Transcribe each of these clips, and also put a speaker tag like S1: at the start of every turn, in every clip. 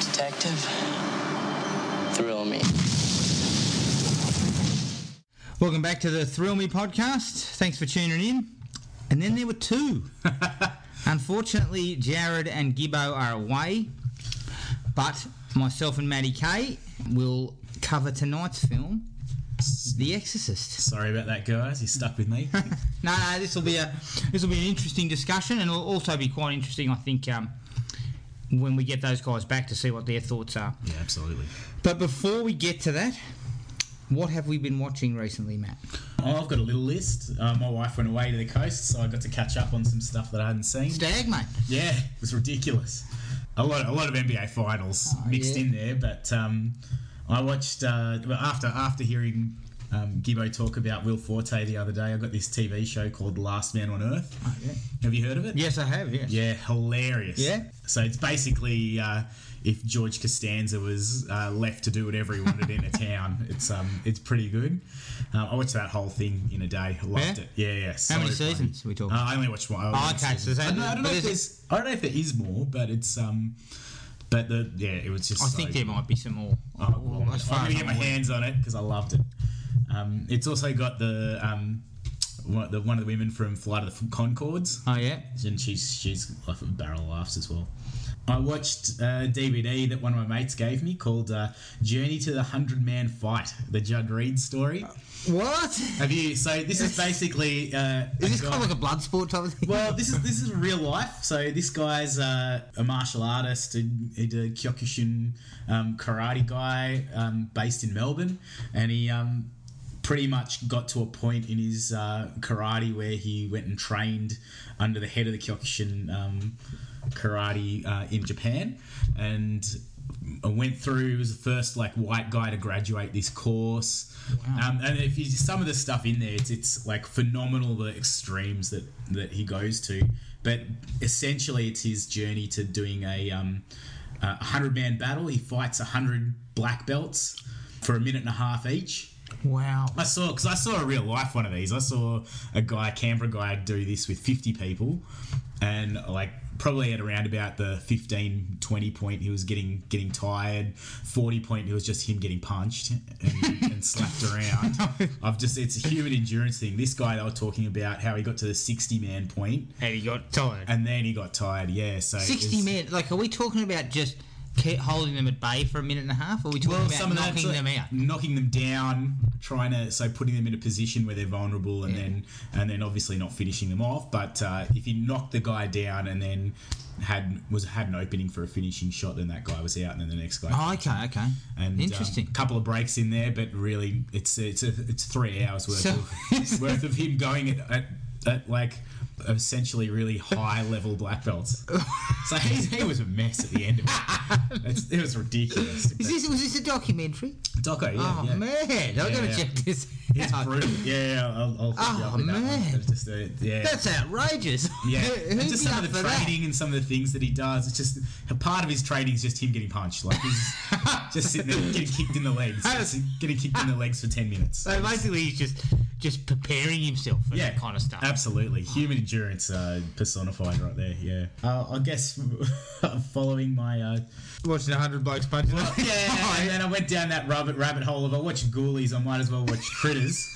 S1: detective. Thrill me.
S2: Welcome back to the Thrill Me podcast. Thanks for tuning in. And then there were two. Unfortunately, Jared and Gibbo are away, but myself and Maddie K will cover tonight's film, The Exorcist.
S3: Sorry about that, guys. You stuck with me.
S2: No, no, this will be a this will be an interesting discussion, and it'll also be quite interesting, I think, um, when we get those guys back to see what their thoughts are.
S3: yeah, absolutely.
S2: But before we get to that, what have we been watching recently, Matt?
S3: Oh, I've got a little list. Uh, my wife went away to the coast, so I got to catch up on some stuff that I hadn't seen.
S2: Stag, mate.
S3: Yeah, it was ridiculous. A lot, a lot of NBA finals mixed
S2: Oh, yeah.
S3: in there, but um, I watched uh, well, after after hearing um, Gibbo talk about Will Forte the other day. I got this TV show called Last Man on Earth.
S2: Oh, yeah.
S3: Have you heard of it?
S2: Yes, I have. Yes.
S3: Yeah, hilarious.
S2: Yeah.
S3: So it's basically uh, if George Costanza was uh, left to do whatever he wanted in a town. It's um, it's pretty good. Um, I watched that whole thing in a day. I Loved
S2: Yeah?
S3: it. Yeah, yeah. so
S2: How many
S3: funny.
S2: seasons are we talking?
S3: Uh, I only watched one. I only
S2: Oh,
S3: watched
S2: okay,
S3: season.
S2: so is that-
S3: I don't, know- I don't know
S2: but is
S3: if
S2: it-
S3: there's. I don't know if there is more, but it's um, but the yeah, it was just.
S2: I
S3: so
S2: think there
S3: good.
S2: might be some more. uh,
S3: Oh,
S2: as
S3: well, I'm
S2: far
S3: gonna
S2: as
S3: get my
S2: I'm aware.
S3: hands on it because I loved it. Um, it's also got the um, one, the one of the women from Flight of the Concords
S2: Oh yeah.
S3: and she's she's like a barrel of laughs as well. I watched uh, a DVD that one of my mates gave me called uh, "Journey to the Hundred Man Fight," the Judd Reed story.
S2: What? Oh, Is
S3: Have you? So this is basically uh, a
S2: this
S3: guy-
S2: kind of like a blood sport type of thing?
S3: well, this is this is real life. So this guy's uh, a martial artist, a, a Kyokushin um, karate guy um, based in Melbourne, and he um, pretty much got to a point in his uh, karate where he went and trained under the head of the Kyokushin um, karate uh, in Japan, and went through. He was the first like white guy to graduate this course. Um, and if you some of the stuff in there, it's, it's like phenomenal the extremes that that he goes to. But essentially, it's his journey to doing a um, a hundred man battle. He fights a hundred black belts for a minute and a half each.
S2: Wow.
S3: I saw because I saw a real life one of these. I saw a guy, Canberra guy, do this with 50 people, and like probably at around about the 15, 20 point, he was getting getting tired. 40 point, it was just him getting punched and, and slapped around. I've just it's a human endurance thing. This guy they were talking about how he got to the 60 man point,
S2: And he got tired.
S3: and then he got tired. Yeah, so it
S2: Sixty
S3: was-
S2: minutes. Like, are we talking about just keep holding them at bay for a minute and a half? Or are we talking about
S3: of that's
S2: knocking
S3: like
S2: them out?
S3: knocking them down, trying to so putting them in a position where they're vulnerable, and then and then obviously not finishing them off. But uh, if you knock the guy down and then had was had an opening for a finishing shot, then that guy was out, and then the next guy.
S2: Oh, okay, okay.
S3: and um,
S2: Interesting.
S3: couple of breaks in there, but really, it's it's a, it's three hours worth
S2: So-
S3: of, worth of him going at, at, at like essentially really high level black belts. So he, he was a mess at the end of it. It's, it was ridiculous.
S2: Is this, was this a documentary?
S3: Doco, yeah,
S2: oh
S3: yeah.
S2: man, I gotta
S3: yeah.
S2: check this.
S3: It's
S2: out.
S3: brutal. Yeah, yeah, I'll, I'll hook you
S2: Oh,
S3: up with that
S2: man.
S3: one. It's just, uh, yeah.
S2: That's outrageous.
S3: yeah,
S2: Who-
S3: and
S2: who'd
S3: just
S2: be
S3: some
S2: up
S3: of the
S2: for that?
S3: training and some of the things that he does. It's just a part of his training is just him getting punched. Like he's just sitting there getting kicked in the legs, just getting kicked in the legs for ten minutes.
S2: So basically, he's just just preparing himself for that kind of stuff.
S3: Absolutely, human endurance uh, personified right there. Yeah, uh, I guess following my uh,
S2: Watching hundred blokes punch.
S3: Well, yeah, and then I went down that rabbit rabbit hole of I watched Ghoulies, I might as well watch Critters.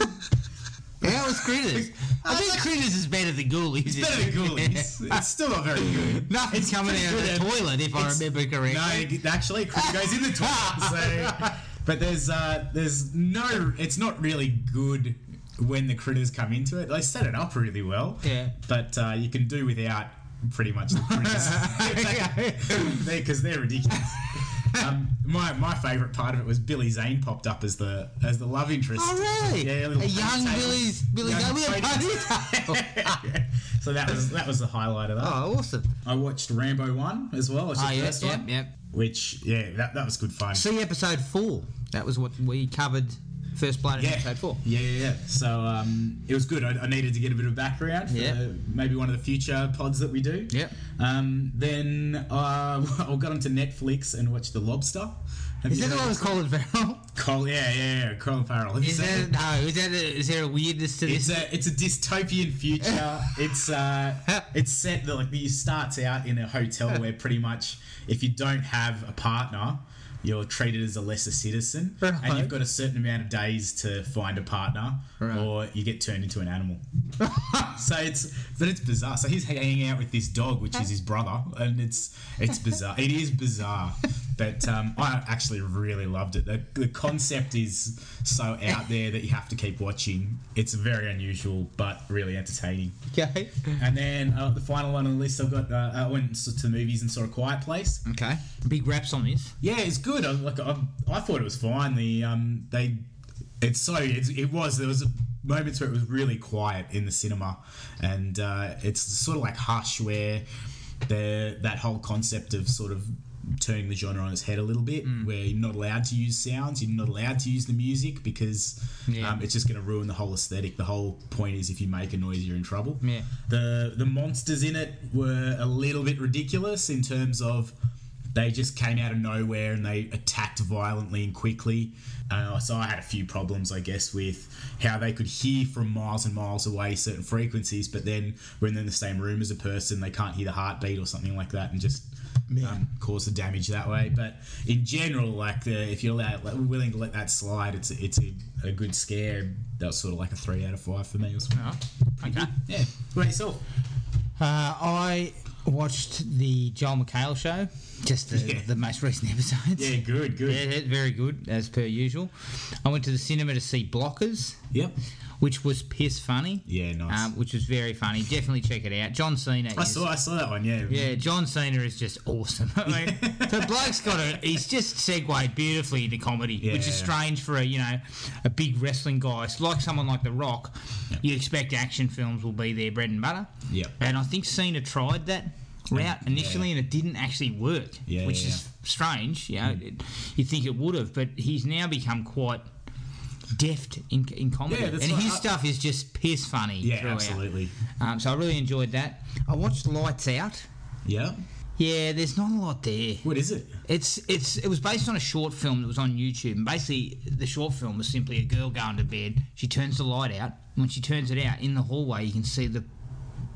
S2: How was Critters? I think Critters is better than Ghoulies.
S3: It's better than Ghoulies. It's still not very good.
S2: Nothing's coming out of the toilet, if I
S3: It's-
S2: remember correctly.
S3: No, actually, Chris goes in the toilet. So, but there's uh, there's no. It's not really good when the critters come into it. They set it up really well.
S2: Yeah.
S3: But uh, you can do without pretty much the critters because they're ridiculous. Um, my my favourite part of it was Billy Zane popped up as the as the love interest.
S2: Oh really?
S3: Yeah,
S2: a young
S3: ponytail.
S2: Billy's Billy
S3: Young
S2: Gunn with a Oh,
S3: ponytail.
S2: ponytail.
S3: so that was that was the highlight of that.
S2: Oh, awesome.
S3: I watched Rambo one as well. It's the
S2: Oh, yeah,
S3: first
S2: yeah,
S3: one.
S2: yeah.
S3: Which yeah, that, that was good fun.
S2: See episode four. That was what we covered First Blood in
S3: Yeah.
S2: episode four.
S3: Yeah, yeah, yeah. So um, it was good. I, I needed to get a bit of background for
S2: Yeah.
S3: maybe one of the future pods that we do.
S2: Yep.
S3: Um, then uh, I got onto Netflix and watched The Lobster. Have
S2: Is
S3: you
S2: that the
S3: heard
S2: one
S3: of-
S2: with Colin Farrell?
S3: Col- yeah, yeah, yeah, Colin Farrell. Have you
S2: Is
S3: seen
S2: there
S3: it?
S2: no? Is that a, is there a weirdness to
S3: It's
S2: this?
S3: a it's a dystopian future. It's uh it's set that like you starts out in a hotel where pretty much if you don't have a partner, you're treated as a lesser citizen, and
S2: Right.
S3: you've got a certain amount of days to find a partner,
S2: Right.
S3: or you get turned into an animal. so it's but it's bizarre. So he's hanging out with this dog, which is his brother, and it's it's bizarre. It is bizarre. But um, I actually really loved it. The, the concept is so out there that you have to keep watching. It's very unusual, but really entertaining.
S2: okay.
S3: And then uh, the final one on the list, I've got. Uh, I went and saw- to movies and saw A Quiet Place.
S2: Okay. Big raps on this.
S3: Yeah, it's good. I, like I, I thought it was fine. The um, they, it's so it's, it was. There was a moments where it was really quiet in the cinema, and uh, it's sort of like hush where the that whole concept of sort of turning the genre on its head a little bit, where you're not allowed to use sounds, you're not allowed to use the music because
S2: Yeah.
S3: um, it's just going to ruin the whole aesthetic. The whole point is if you make a noise, you're in trouble.
S2: Yeah.
S3: The the monsters in it were a little bit ridiculous in terms of they just came out of nowhere and they attacked violently and quickly. Uh, so I had a few problems, I guess, with how they could hear from miles and miles away certain frequencies, but then when they're in the same room as a person, they can't hear the heartbeat or something like that, and just. Um, cause the damage that way, but in general, like the, if you're allowed, like, willing to let that slide, it's it's a, a good scare. That was sort of like a three out of five for me or something.
S2: Oh, okay.
S3: Yeah. What about yourself?
S2: Uh, I watched the Joel McHale show, just the,
S3: Yeah.
S2: the most recent episodes.
S3: Yeah, good, good.
S2: Yeah, that's very good as per usual. I went to the cinema to see Blockers,
S3: Yep.
S2: which was piss funny.
S3: Yeah, nice.
S2: Um, which was very funny. Definitely check it out. John Cena.
S3: I
S2: is,
S3: saw, I saw that one. Yeah.
S2: Yeah, John Cena is just awesome. I mean, the bloke's got a. He's just segued beautifully into comedy, which
S3: Yeah.
S2: is strange for a you know a big wrestling guy. It's like someone like The Rock. You expect action films will be their bread and butter.
S3: Yep.
S2: And I think Cena tried that route initially, and it didn't actually work,
S3: Yeah,
S2: which
S3: yeah, Mm.
S2: is strange. You know, it, you'd think it would have, but he's now become quite deft in, in comedy,
S3: Yeah, that's
S2: and
S3: what
S2: his
S3: I-
S2: stuff is just piss funny.
S3: Yeah,
S2: throughout.
S3: absolutely.
S2: Um, so I really enjoyed that. I watched Lights Out.
S3: Yeah.
S2: Yeah, there's not a lot there.
S3: What is it?
S2: It's it's it was based on a short film that was on YouTube. And basically, the short film was simply a girl going to bed. She turns the light out. And when she turns it out in the hallway, you can see the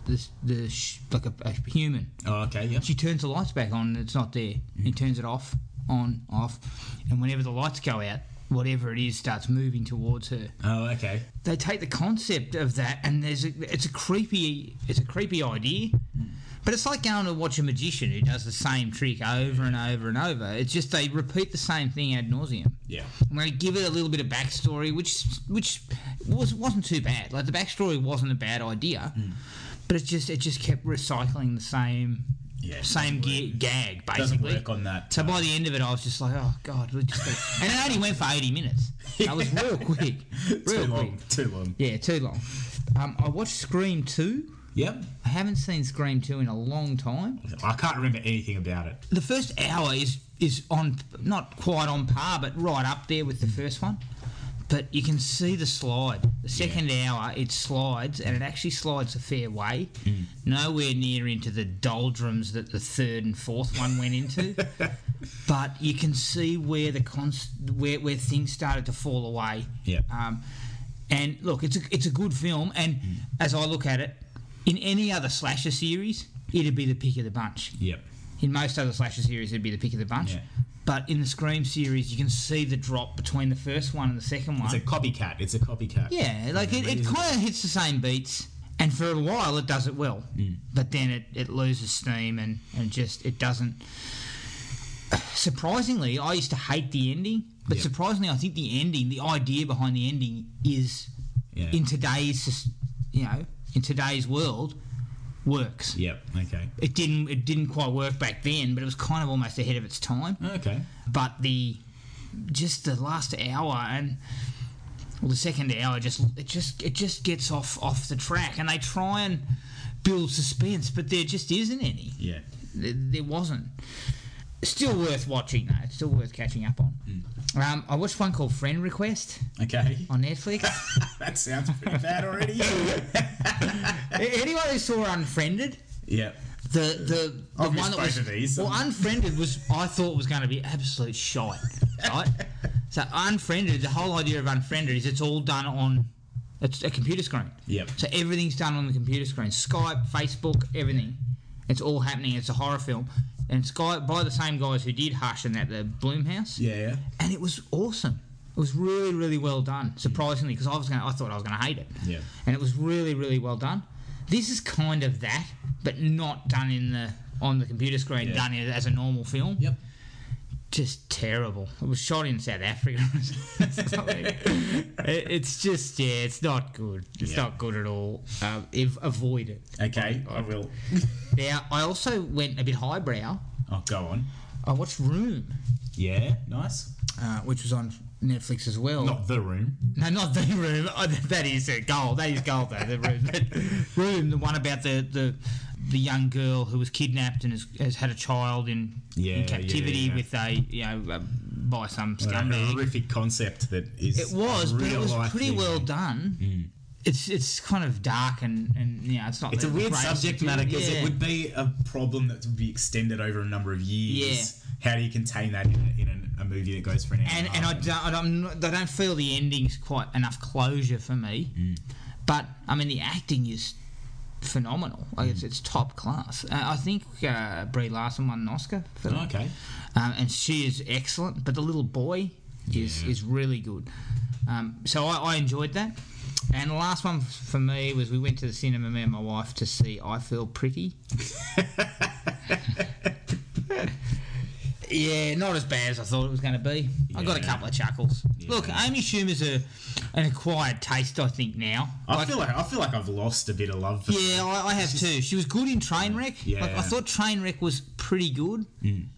S2: the, the sh- like a, a human.
S3: Oh, okay. Yeah.
S2: She turns the lights back on, and it's not there. He turns it off, on, off, and whenever the lights go out, whatever it is starts moving towards her
S3: Oh, okay.
S2: they take the concept of that and there's a, it's a creepy it's a creepy idea
S3: Hmm.
S2: but it's like going to watch a magician who does the same trick over and over and over it's just they repeat the same thing ad nauseum
S3: Yeah.
S2: and they give it a little bit of backstory which which was wasn't too bad like the backstory wasn't a bad idea
S3: Hmm.
S2: but it just it just kept recycling the same
S3: Yeah, it
S2: same
S3: doesn't
S2: ga- gag
S3: Doesn't
S2: basically
S3: work on that.
S2: so by the end of it, I was just like, "Oh God!" We just gotta-" and it only went for eighty minutes. That was real quick, real quick.
S3: too long. Too long.
S2: Yeah, too long. Um, I watched Scream 2.
S3: Yep.
S2: I haven't seen Scream 2 in a long time.
S3: I can't remember anything about it.
S2: The first hour is is on not quite on par, but right up there with the first one. But you can see the slide. The second hour, it slides, and it actually slides a fair way. Nowhere near into the doldrums that the third and fourth one went into. but you can see where the cons- where, where things started to fall away.
S3: Yeah.
S2: Um, and look, it's a, it's a good film, and as I look at it, in any other slasher series, it'd be the pick of the bunch.
S3: Yep.
S2: In most other slasher series, it'd be the pick of the bunch.
S3: Yeah.
S2: But in the Scream series, you can see the drop between the first one and the second
S3: It's
S2: one.
S3: a copycat. It's a copycat.
S2: yeah, like it, it
S3: is.
S2: kind of hits the same beats, and for a while it does it well,
S3: Mm.
S2: but then it, it loses steam and, and just it doesn't. Surprisingly, I used to hate the ending, but
S3: Yeah.
S2: surprisingly, I think the ending, the idea behind the ending is
S3: Yeah.
S2: in today's sus- you know in today's world works.
S3: Yep. Okay.
S2: It didn't it didn't quite work back then, but it was kind of almost ahead of its time.
S3: Okay.
S2: But the just the last hour and well, the second hour just it just it just gets off off the track, and they try and build suspense, but there just isn't any.
S3: Yeah.
S2: There, there wasn't. still worth watching though. It's still worth catching up on. Um, I watched one called Friend Request
S3: Okay.
S2: on Netflix.
S3: that sounds pretty bad already.
S2: A- Anyone who saw Unfriended,
S3: yeah.
S2: the the, the
S3: Obvious
S2: one that
S3: both
S2: was
S3: of these.
S2: well, Unfriended was I thought was going to be absolute shite, right? so Unfriended, the whole idea of Unfriended is it's all done on it's a computer screen.
S3: Yep.
S2: So everything's done on the computer screen. Skype, Facebook, everything. It's all happening. It's a horror film, and Skype by the same guys who did Hush and that the Bloomhouse.
S3: Yeah. yeah.
S2: and it was awesome. It was really, really well done. Surprisingly, because I was going, I thought I was going to hate it.
S3: Yeah.
S2: And it was really, really well done. This is kind of that, but not done in the on the computer screen,
S3: Yeah.
S2: done in- as a normal film.
S3: Yep.
S2: Just terrible. It was shot in South Africa. It's not really- it- it's just yeah, it's not good. It's
S3: Yeah.
S2: not good at all. Um, ev- avoid it.
S3: Okay. I will.
S2: Now, I also went a bit highbrow.
S3: Oh, go on.
S2: I watched Room,
S3: Yeah. Nice.
S2: uh, which was on Netflix as well.
S3: Not the room.
S2: No, not the room. Oh, th- that is a goal. That is gold. Though the room, But room, the one about the the the young girl who was kidnapped and has, has had a child in,
S3: Yeah,
S2: in
S3: yeah,
S2: captivity
S3: yeah.
S2: with a you know uh, by some
S3: An
S2: scumbag.
S3: horrific concept that is.
S2: It was,
S3: a
S2: but it
S3: real
S2: was
S3: life
S2: pretty
S3: thing. Mm.
S2: well done. It's it's kind of dark and and you know, it's not.
S3: It's a
S2: the
S3: weird
S2: greatest
S3: subject
S2: thing.
S3: matter because
S2: Yeah.
S3: it would be a problem that would be extended over a number of years. How do you contain that in a, in an- a movie that goes for an hour?
S2: and
S3: a
S2: and I
S3: half?
S2: don't, I don't I don't feel the ending's quite enough closure for me. But I mean, the acting is phenomenal. Like it's, it's top class. Uh, I think uh, Brie Larson won an Oscar for that.
S3: okay.
S2: um, and she is excellent. But the little boy is
S3: Yeah.
S2: is really good. Um, so I, I enjoyed that. And the last one f- for me was we went to the cinema, me and my wife, to see I Feel Pretty. yeah, not as bad as I thought it was going to be. I got a
S3: Yeah.
S2: couple of chuckles. Look,
S3: Yeah.
S2: Amy Schumer's a an acquired taste, I think now.
S3: I
S2: Like-
S3: feel like I feel like I've lost a bit of love. For
S2: yeah, I, I have too. She was good in Trainwreck.
S3: Yeah. Mm.
S2: Like, I thought Trainwreck was pretty good.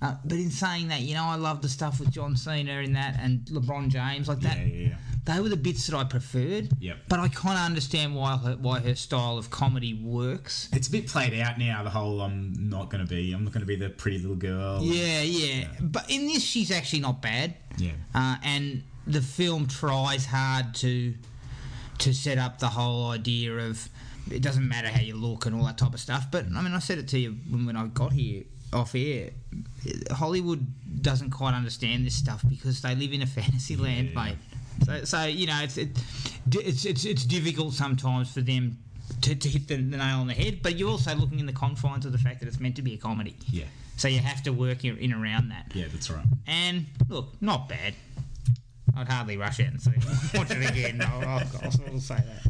S2: Uh, but in saying that, you know, I love the stuff with John Cena in that and LeBron James like that.
S3: Yeah, yeah, yeah.
S2: They were the bits that I preferred.
S3: Yep.
S2: But I kind of understand why her, why her style of comedy works.
S3: It's a bit played out now. The whole I'm not going to be. I'm not going to be the pretty little girl.
S2: Yeah, yeah. But in this, she's actually not bad.
S3: Yeah.
S2: Uh, and the film tries hard to to set up the whole idea of it doesn't matter how you look and all that type of stuff. But I mean, I said it to you when, when I got here off air. Hollywood doesn't quite understand this stuff because they live in a fantasy land, mate. So, so you know, it's it, it's it's it's difficult sometimes for them. To, to hit the, the nail on the head, but you're also looking in the confines of the fact that it's meant to be a comedy.
S3: Yeah.
S2: So you have to work your- in around that.
S3: Yeah, that's right.
S2: And look, not bad. I'd hardly rush it and say, watch it again. I'll, I'll, I'll say that.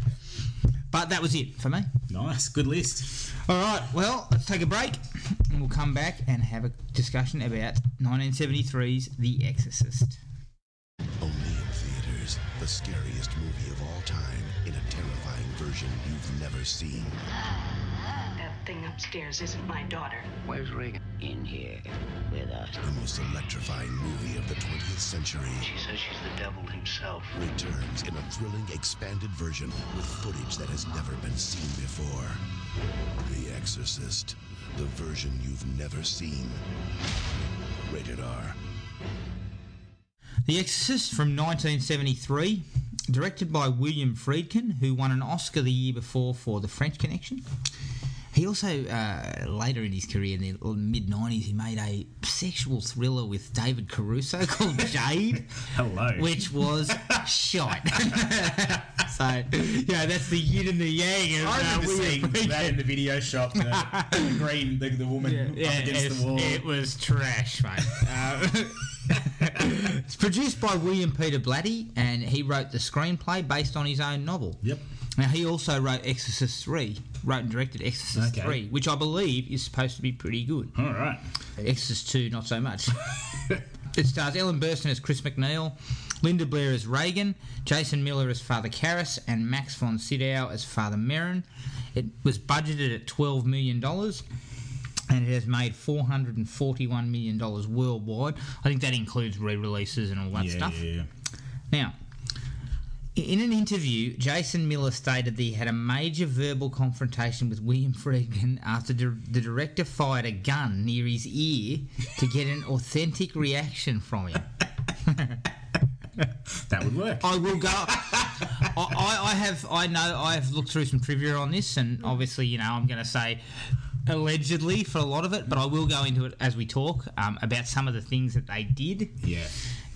S2: But that was it for me.
S3: Nice. Good list.
S2: All right, well, let's take a break and we'll come back and have a discussion about 1973's The Exorcist.
S4: Only in theaters, the scariest movie of all time in a terrifying version you've never seen.
S5: That thing upstairs isn't my daughter.
S6: Where's Regan? In here with us.
S4: The most electrifying movie of the 20th century
S6: She says she's the devil himself.
S4: returns in a thrilling expanded version with footage that has never been seen before. The Exorcist, the version you've never seen. Rated R.
S2: The Exorcist from 1973, directed by William Friedkin, who won an Oscar the year before for The French Connection. He also, uh, later in his career, in the mid 90s, he made a sexual thriller with David Caruso called Jade,
S3: Hello.
S2: which was shite. so, yeah, that's the yin and the yang of
S3: I
S2: uh,
S3: remember
S2: William
S3: seeing that
S2: Friedkin.
S3: in the video shop. The, the green, the, the woman up against
S2: it's-
S3: the wall.
S2: It was trash, mate. Uh, it's produced by William Peter Blatty, and he wrote the screenplay based on his own novel.
S3: Yep.
S2: Now he also wrote Exorcist Three, wrote and directed Exorcist
S3: Okay.
S2: Three, which I believe is supposed to be pretty good.
S3: All right.
S2: Exorcist Two, not so much. it stars Ellen Burstyn as Chris McNeil, Linda Blair as Reagan, Jason Miller as Father Karras, and Max von Sydow as Father Merrin. It was budgeted at twelve million dollars. And it has made $441 million worldwide. I think that includes re releases and all that
S3: Yeah,
S2: stuff.
S3: yeah, yeah.
S2: Now, In an interview, Jason Miller stated that he had a major verbal confrontation with William Friedkin after dir- the director fired a gun near his ear to get an authentic reaction from him.
S3: That would work.
S2: I will go. I, I, I have. I know. I've looked through some trivia on this, and obviously, you know, I'm going to say allegedly for a lot of it, but I will go into it as we talk um, about some of the things that they did
S3: Yeah.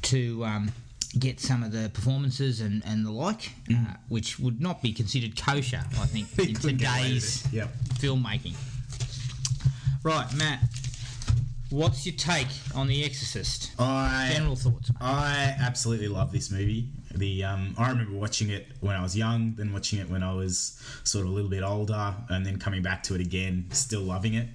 S2: to um, get some of the performances and, and the like, uh, which would not be considered kosher, I think,
S3: They
S2: in
S3: couldn't get away with
S2: today's
S3: it. Yep.
S2: filmmaking. Right, Matt. What's your take on The Exorcist?
S3: I
S2: General thoughts. mate.
S3: I absolutely love this movie. The um, I remember watching it when I was young, then watching it when I was sort of a little bit older, and then coming back to it again, still loving it.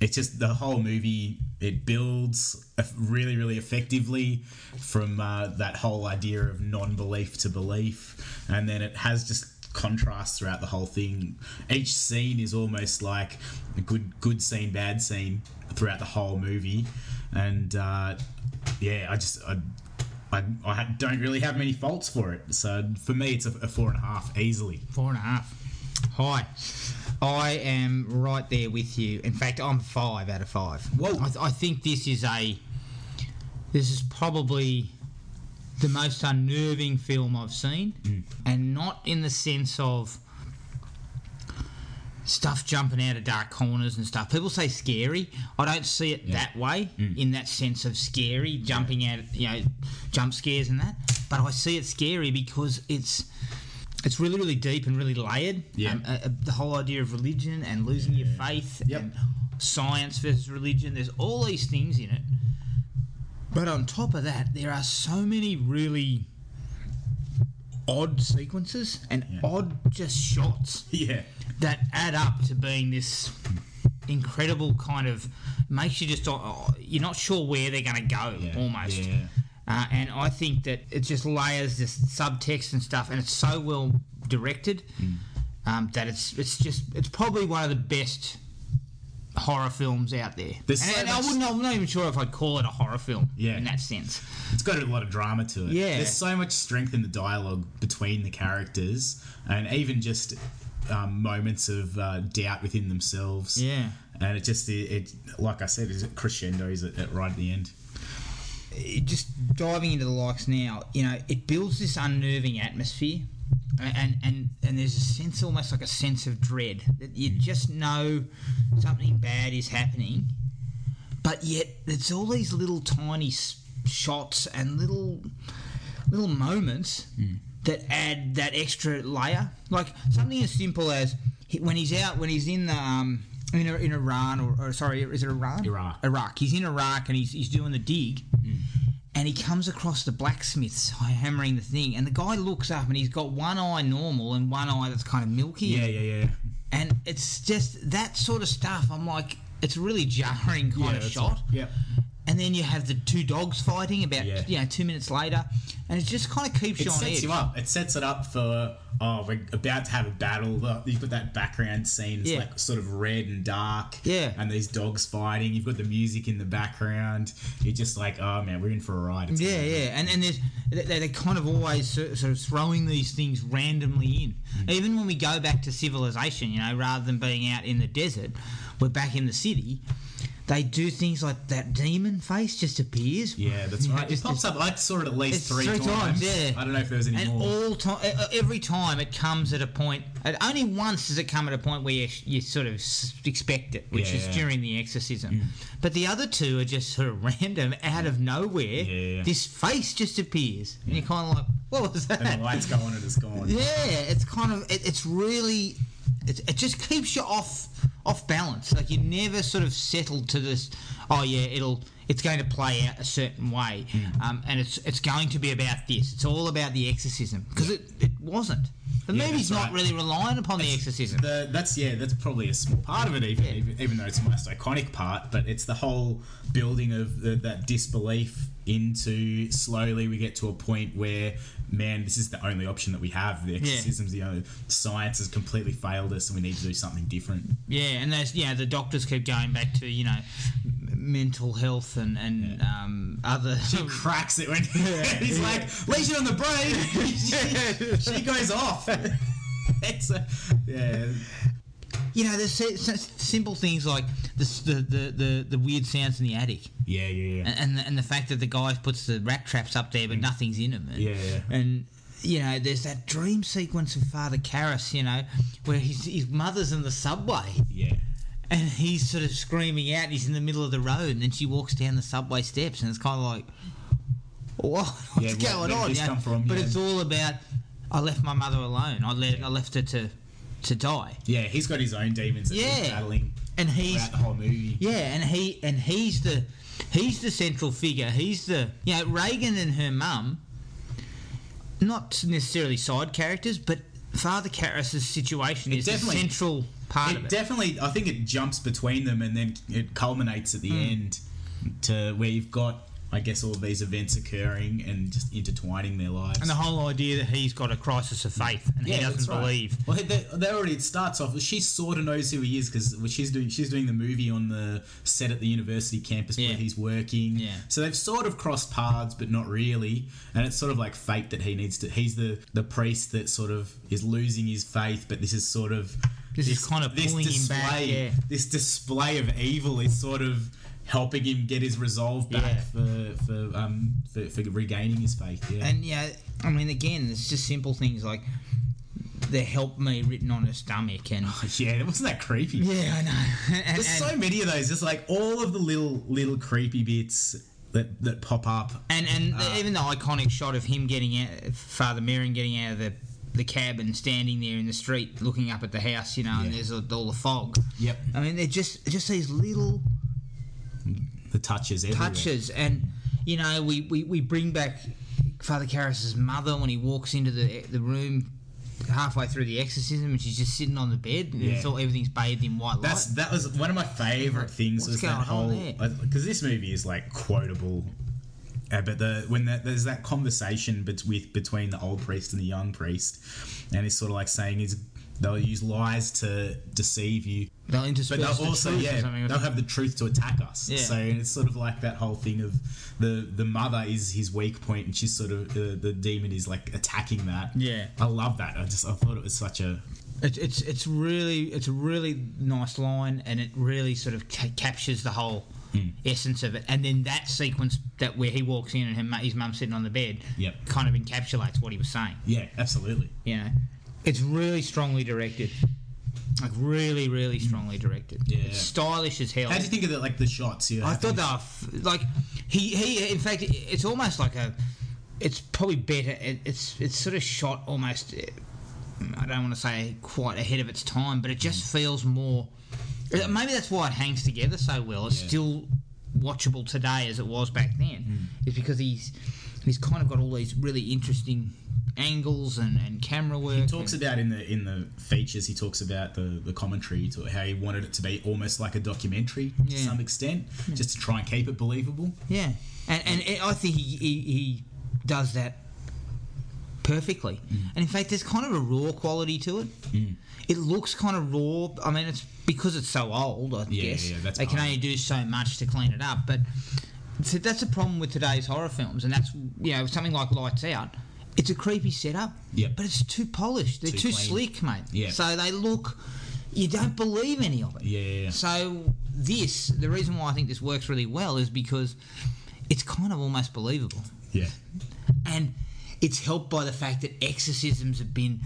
S3: It's just the whole movie. It builds eff- really, really effectively from uh, that whole idea of non-belief to belief, and then it has just contrast throughout the whole thing. Each scene is almost like a good good scene, bad scene throughout the whole movie, and uh, yeah, I just I, I I ha- don't really have many faults for it. So for me, it's a, a four and a half easily.
S2: Four and a half. Hi. I am right there with you. In fact, I'm five out of five.
S3: Whoa.
S2: I, I think this is a. This is probably the most unnerving film I've seen, and not in the sense of stuff jumping out of dark corners and stuff. People say scary. I don't see it that way in that sense of scary jumping out, you know, jump scares and that. But I see it scary because it's it's really really deep and really layered.
S3: Yeah.
S2: uh, uh, the whole idea of religion and losing your faith
S3: Yep.
S2: and science versus religion. There's all these things in it. But on top of that, there are so many really odd sequences and
S3: Yeah.
S2: odd just shots
S3: Yeah,
S2: that add up to being this incredible kind of makes you just oh, you're not sure where they're going to go
S3: Yeah,
S2: almost.
S3: yeah.
S2: Uh, and I think that it just layers this subtext and stuff, and it's so well directed
S3: Mm.
S2: um, that it's it's just it's probably one of the best horror films out there.
S3: There's
S2: and
S3: so
S2: and I
S3: much-
S2: wouldn't, I'm not even sure if I'd call it a horror film
S3: Yeah.
S2: in that sense.
S3: it's got a lot of drama to it.
S2: Yeah.
S3: there's so much strength in the dialogue between the characters, and even just um, moments of uh, doubt within themselves.
S2: Yeah.
S3: and it just it, it like I said, it crescendos at, at right at the end.
S2: it- just diving into the likes now, you know, it builds this unnerving atmosphere, a- and and and there's a sense, almost like a sense of dread that you just know something bad is happening, but yet it's all these little tiny s- shots and little little moments that add that extra layer. Like something as simple as he- when he's out, when he's in the um, in, in Iran or, or sorry, is it Iran?
S3: Iraq.
S2: Iraq. He's in Iraq and he's he's doing the dig. And he comes across the blacksmiths hammering the thing, and the guy looks up and he's got one eye normal and one eye that's kind of milky.
S3: Yeah, yeah, yeah.
S2: And it's just that sort of stuff. I'm like, it's a really jarring kind
S3: yeah,
S2: of
S3: that's
S2: shot.
S3: right. Yep.
S2: And then you have the two dogs fighting about
S3: Yeah.
S2: you know two minutes later, and it just kind of keeps
S3: it
S2: you on
S3: sets
S2: edge.
S3: you up. It sets it up for oh, we're about to have a battle. The- You've got that background scene. It's
S2: Yeah.
S3: like sort of red and dark.
S2: Yeah.
S3: And these dogs fighting. You've got the music in the background. You're just like, oh man, we're in for a ride. It's
S2: Yeah,
S3: gonna be-
S2: yeah, and and there's they- they- they're kind of always so- sort of throwing these things randomly in.
S3: Hmm.
S2: Even when we go back to civilization, you know, rather than being out in the desert, we're back in the city. They do things like that demon face just appears.
S3: Yeah, that's
S2: You know,
S3: right.
S2: just-
S3: it pops up. I saw it at
S2: It's
S3: least three,
S2: three times,
S3: times.
S2: yeah.
S3: I don't know if there was any
S2: And
S3: more.
S2: all time, every time it comes at a point. At only once does it come at a point where you, you sort of s- expect it, which is
S3: Yeah.
S2: during the exorcism. But the other two are just sort of random, out of nowhere.
S3: Yeah.
S2: This face just appears, and you're kind of like, "What was that?"
S3: and the lights go on and it's gone.
S2: Yeah, it's kind of it, it's really it, it just keeps you off off balance. Like you never sort of settle to this. Oh yeah, it'll it's going to play out a certain way,
S3: Hmm.
S2: um, and it's it's going to be about this. It's all about the exorcism because it, it wasn't. The
S3: Yeah,
S2: movie's
S3: that's
S2: not
S3: right.
S2: really relying upon the exorcism.
S3: The, that's yeah. That's probably a small part of it, even,
S2: Yeah.
S3: even even though it's the most iconic part. But it's the whole building of the, that disbelief into slowly we get to a point where man, this is the only option that we have. The exorcism's the only science has completely failed us, and we need to do something different.
S2: Yeah, and there's yeah the doctors keep going back to you know m- mental health and and um, other.
S3: She cracks it when he's like, Legion on the brain. she, she goes off. it's a, yeah,
S2: you know, there's si- si- simple things like the s- the, the, the the weird sounds in the attic,
S3: yeah, yeah, yeah.
S2: and and the, and the fact that the guy puts the rat traps up there, but nothing's in them. And,
S3: Mm. Yeah, yeah.
S2: And you know, there's that dream sequence of Father Karras, you know, where his his mother's in the subway.
S3: yeah.
S2: And he's sort of screaming out, and he's in the middle of the road, and then she walks down the subway steps, and it's kind of like, what,
S3: Yeah,
S2: what's
S3: where-
S2: going
S3: where did
S2: on?
S3: this
S2: you know?
S3: come from?
S2: But
S3: Yeah.
S2: it's all about, I left my mother alone. I let, I left her to, to die.
S3: Yeah, he's got his own demons that he's
S2: Yeah.
S3: battling
S2: And he's,
S3: throughout the whole movie.
S2: yeah, and he, and he's the, he's the central figure. He's the, you know, Reagan and her mum, not necessarily side characters, but Father Karras' situation is the
S3: definitely-
S2: central part of
S3: It
S2: it.
S3: definitely, I think it jumps between them and then it culminates at the end to where you've got, I guess, all these events occurring and just intertwining their lives.
S2: And the whole idea that he's got a crisis of faith and he
S3: that's
S2: doesn't
S3: right.
S2: believe.
S3: Well, they, they already it starts off. She sort of knows who he is because she's doing she's doing the movie on the set at the university campus
S2: Yeah.
S3: where he's working.
S2: Yeah.
S3: So they've sort of crossed paths, but not really. And it's sort of like fate that he needs to. He's the the priest that sort of is losing his faith, but this is sort of
S2: This is kind of pulling him back, yeah.
S3: This display of evil is sort of helping him get his resolve back for for um for, for regaining his faith. Yeah.
S2: And yeah, I mean, again, it's just simple things like the "Help Me" written on her stomach, and
S3: yeah, wasn't that creepy?
S2: yeah, I know. And,
S3: There's so
S2: and,
S3: many of those. Just like all of the little little creepy bits that that pop up.
S2: and, and
S3: Ah.
S2: the- even the iconic shot of him getting out, Father Merrin getting out of the the cab and standing there in the street looking up at the house, you know, and
S3: Yeah.
S2: there's all all the fog.
S3: Yep.
S2: I mean, they're just just these little
S3: The touches everywhere.
S2: touches and you know we, we, we bring back father Karras' mother when he walks into the the room halfway through the exorcism and she's just sitting on the bed and it's
S3: Yeah.
S2: all everything's bathed in white
S3: That's
S2: light
S3: that was one of my favorite things
S2: What's
S3: was that
S2: going on there?
S3: whole because this movie is like quotable. Uh, but the when that, there's that conversation bet- with between the old priest and the young priest, and he's sort of like saying is they'll use lies to deceive you,
S2: they'll
S3: But
S2: intersperse
S3: they'll
S2: the
S3: also,
S2: truth or
S3: yeah,
S2: something.
S3: they'll have the truth to attack us.
S2: Yeah.
S3: So it's sort of like that whole thing of the the mother is his weak point, and she's sort of uh, the demon is like attacking that.
S2: Yeah.
S3: I love that. I just I thought it was such a
S2: it's, it's it's really it's a really nice line and it really sort of ca- captures the whole
S3: Hmm.
S2: essence of it and then that sequence that where he walks in and her, mu- his mum sitting on the bed
S3: Yep.
S2: kind of encapsulates what he was saying
S3: yeah, absolutely.
S2: you know it's really strongly directed like really really strongly directed
S3: Yeah.
S2: it's stylish as hell
S3: How do you think of the, like the shots? Yeah,
S2: i thought they were f- like he he in fact it's almost like a it's probably better it, it's it's sort of shot almost eh, i don't want to say quite ahead of its time but it
S3: Mm.
S2: just feels more eh, maybe that's why it hangs together so well it's
S3: Yeah.
S2: still watchable today as it was back then
S3: Mm.
S2: is because he's he's kind of got all these really interesting angles and, and camera work
S3: He talks about in the in the features. He talks about the the commentary to how he wanted it to be almost like a documentary to
S2: Yeah.
S3: some extent, just to try and keep it believable.
S2: Yeah, and and it, I think he, he he does that perfectly.
S3: Mm.
S2: And in fact, there's kind of a raw quality to it. It looks kind of raw. I mean, it's because it's so old. I
S3: Yeah,
S2: guess
S3: yeah, that's
S2: they can
S3: part of
S2: only do so much to clean it up. But so that's a problem with today's horror films, and that's you know something like Lights Out. It's a creepy setup,
S3: Yeah.
S2: but it's too polished. They're
S3: Too
S2: too,
S3: clean.
S2: slick, mate.
S3: Yeah.
S2: So they look, you don't believe any of it.
S3: Yeah, yeah, yeah.
S2: So this, the reason why I think this works really well is because it's kind of almost believable,
S3: Yeah,
S2: and it's helped by the fact that exorcisms have been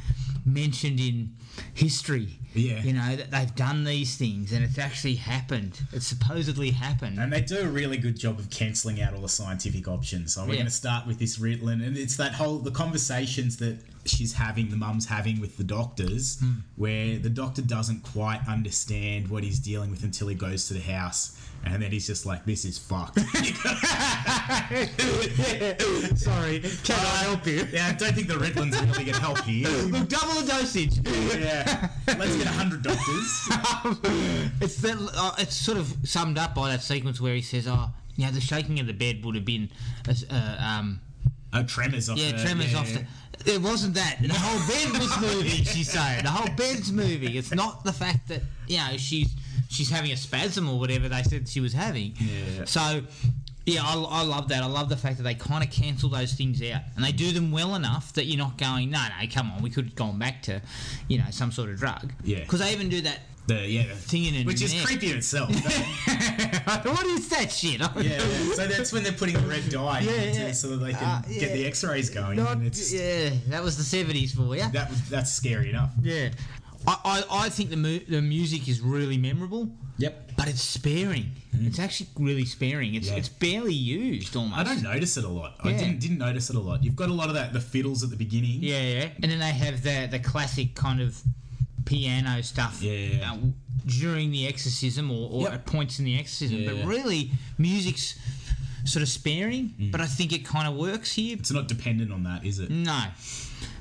S2: mentioned in history.
S3: Yeah.
S2: you know that they've done these things, and it's actually happened. It's supposedly happened.
S3: And they do a really good job of cancelling out all the scientific options. So we're
S2: Yeah.
S3: going to start with this Ritalin, and it's that whole the conversations that she's having, the mum's having with the doctors,
S2: Hmm.
S3: where the doctor doesn't quite understand what he's dealing with until he goes to the house, and then he's just like, "This is fucked."
S2: Sorry, can I help you?
S3: yeah, I don't think the Ritalin's really going to help here.
S2: Double the dosage.
S3: Yeah, let's get hundred doctors.
S2: It's that. Uh, it's sort of summed up by that sequence where he says, "Oh, you know, the shaking of the bed would have been, a s- uh, um,
S3: Oh, tremors off.
S2: yeah,
S3: the-
S2: tremors
S3: yeah,
S2: off."
S3: yeah.
S2: The, it wasn't that. The whole bed was moving. She's saying the whole bed's moving. It's not the fact that you know she's she's having a spasm or whatever they said she was having.
S3: Yeah.
S2: So, yeah, I, I love that. I love the fact that they kind of cancel those things out and they do them well enough that you're not going, no, no, come on, we could have gone back to, you know, some sort of drug.
S3: Yeah.
S2: Because they even do that
S3: The, yeah, the-
S2: thing in an
S3: which is
S2: neck.
S3: creepy in itself.
S2: what is that shit?
S3: yeah, yeah. so that's when they're putting the red dye
S2: Yeah,
S3: into,
S2: yeah.
S3: so that they can
S2: Ah, yeah.
S3: get the X-rays going.
S2: Not-
S3: and it's,
S2: yeah, that was the seventies for you.
S3: that was that's scary enough.
S2: yeah, I, I, I think the mu- the music is really memorable,
S3: Yep.
S2: but it's sparing. It's actually really sparing. It's
S3: Mm-hmm. Yeah.
S2: it's barely used almost.
S3: I don't notice it a lot. I
S2: Yeah.
S3: didn't didn't notice it a lot. You've got a lot of that the fiddles at the beginning.
S2: Yeah, yeah. And then they have the the classic kind of piano stuff
S3: Yeah, yeah, yeah.
S2: uh, w- during the exorcism or, or
S3: Yep.
S2: at points in the exorcism.
S3: Yeah,
S2: but
S3: yeah.
S2: really, music's sort of sparing.
S3: Mm.
S2: But I think it kind of works here.
S3: It's not dependent on that, is it?
S2: No,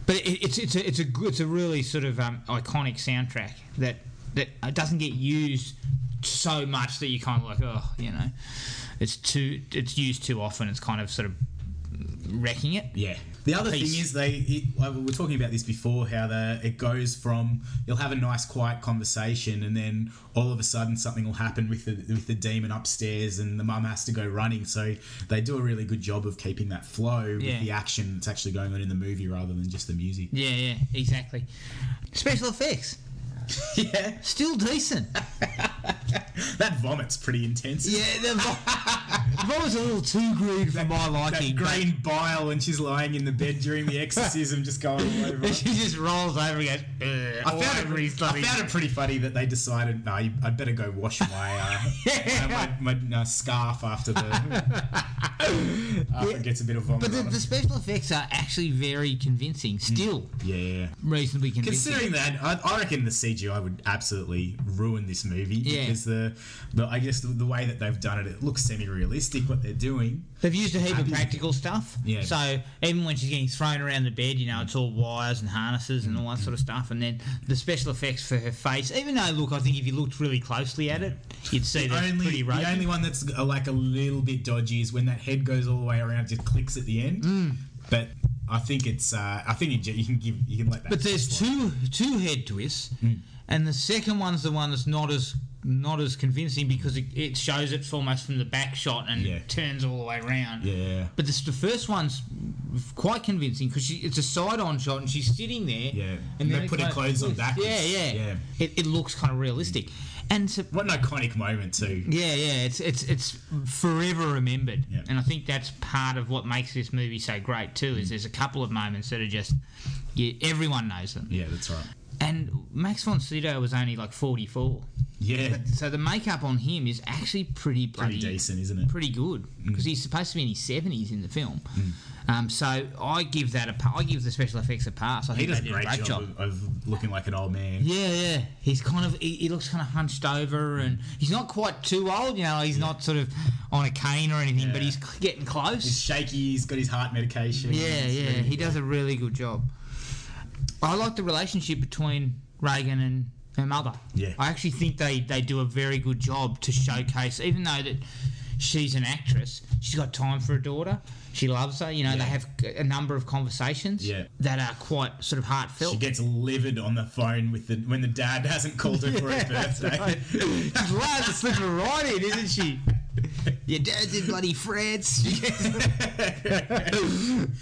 S2: but it, it's it's a it's a good, it's a really sort of um, iconic soundtrack that that uh, doesn't get used so much that you kind of like oh you know it's too it's used too often. It's kind of sort of wrecking it.
S3: Yeah. The other
S2: Peace.
S3: thing is they it, like, we were talking about this before how the it goes from you'll have a nice quiet conversation and then all of a sudden something will happen with the with the demon upstairs and the mum has to go running so they do a really good job of keeping that flow with
S2: Yeah.
S3: the action that's actually going on in the movie rather than just the music.
S2: Yeah, yeah, exactly. Special effects
S3: yeah.
S2: still decent.
S3: That vomit's pretty intense.
S2: yeah, the vo- vomit's a little too green for my
S3: That
S2: liking. but-
S3: green bile when she's lying in the bed during the exorcism just going all over.
S2: she just rolls over and goes.
S3: I found, it, I found it pretty funny that they decided, no, you, I'd better go wash my uh, my, my, my uh, scarf after the after it gets a bit of vomit.
S2: But the,
S3: on
S2: the
S3: it.
S2: special effects are actually very convincing. Still,
S3: yeah.
S2: reasonably convincing.
S3: Hmm. Considering that, I, I reckon the CGI would absolutely ruin this movie
S2: Yeah.
S3: because the, the I guess the, the way that they've done it, it looks semi-realistic what they're doing.
S2: They've used a heap of practical stuff.
S3: Yeah.
S2: So even when she's getting thrown around the bed, you know, it's all wires and harnesses
S3: Hmm.
S2: and all that sort of stuff. And then the special effects for her face, even though, look, I think if you looked really closely at it, you'd see that it's
S3: Only
S2: pretty
S3: the
S2: rosy.
S3: only one that's uh, like a little bit dodgy is when that head goes all the way around, just clicks at the end. But I think it's uh, I think you, ju- you can give you can let that.
S2: but there's
S3: slide.
S2: two two head twists,
S3: Hmm.
S2: and the second one's the one that's not as not as convincing because it, it shows it almost from the back shot and
S3: Yeah.
S2: turns all the way around.
S3: Yeah.
S2: But this, the first one's quite convincing because it's a side-on shot and she's sitting there.
S3: Yeah.
S2: and
S3: And
S2: then
S3: they
S2: it
S3: put her
S2: kinda-
S3: clothes on backwards.
S2: Yeah, yeah,
S3: Yeah.
S2: It, it looks kind of realistic, and so,
S3: What an iconic moment too.
S2: yeah, yeah, it's it's it's forever remembered,
S3: Yeah.
S2: and I think that's part of what makes this movie so great too.
S3: Mm.
S2: Is there's a couple of moments that are just yeah, everyone knows them,
S3: Yeah, that's right.
S2: and Max von Sydow was only like 44,
S3: Yeah.
S2: so the makeup on him is actually pretty bloody
S3: Pretty decent, isn't it?
S2: pretty good because he's supposed to be in his seventies in the film. Um, so I give that a pa- I give the special effects a pass. I
S3: He
S2: think
S3: does
S2: they
S3: a
S2: did
S3: great, job, Of, of looking like an old man.
S2: Yeah, yeah. He's kind of he, he looks kind of hunched over and he's not quite too old. You know, he's not sort of on a cane or anything, but
S3: Yeah.
S2: he's c- getting close.
S3: He's shaky. He's got his heart medication.
S2: yeah,
S3: It's
S2: yeah.
S3: really-
S2: He does a really good job. I like the relationship between Reagan and her mother.
S3: Yeah.
S2: I actually think they, they do a very good job to showcase, even though that she's an actress, she's got time for a daughter. She loves her. You know, they have a number of conversations
S3: Yeah.
S2: that are quite sort of heartfelt.
S3: She gets livid on the phone with the when the dad hasn't called her for her eh? birthday.
S2: She's allowed to slip her right in, isn't she? Your dad's in bloody France.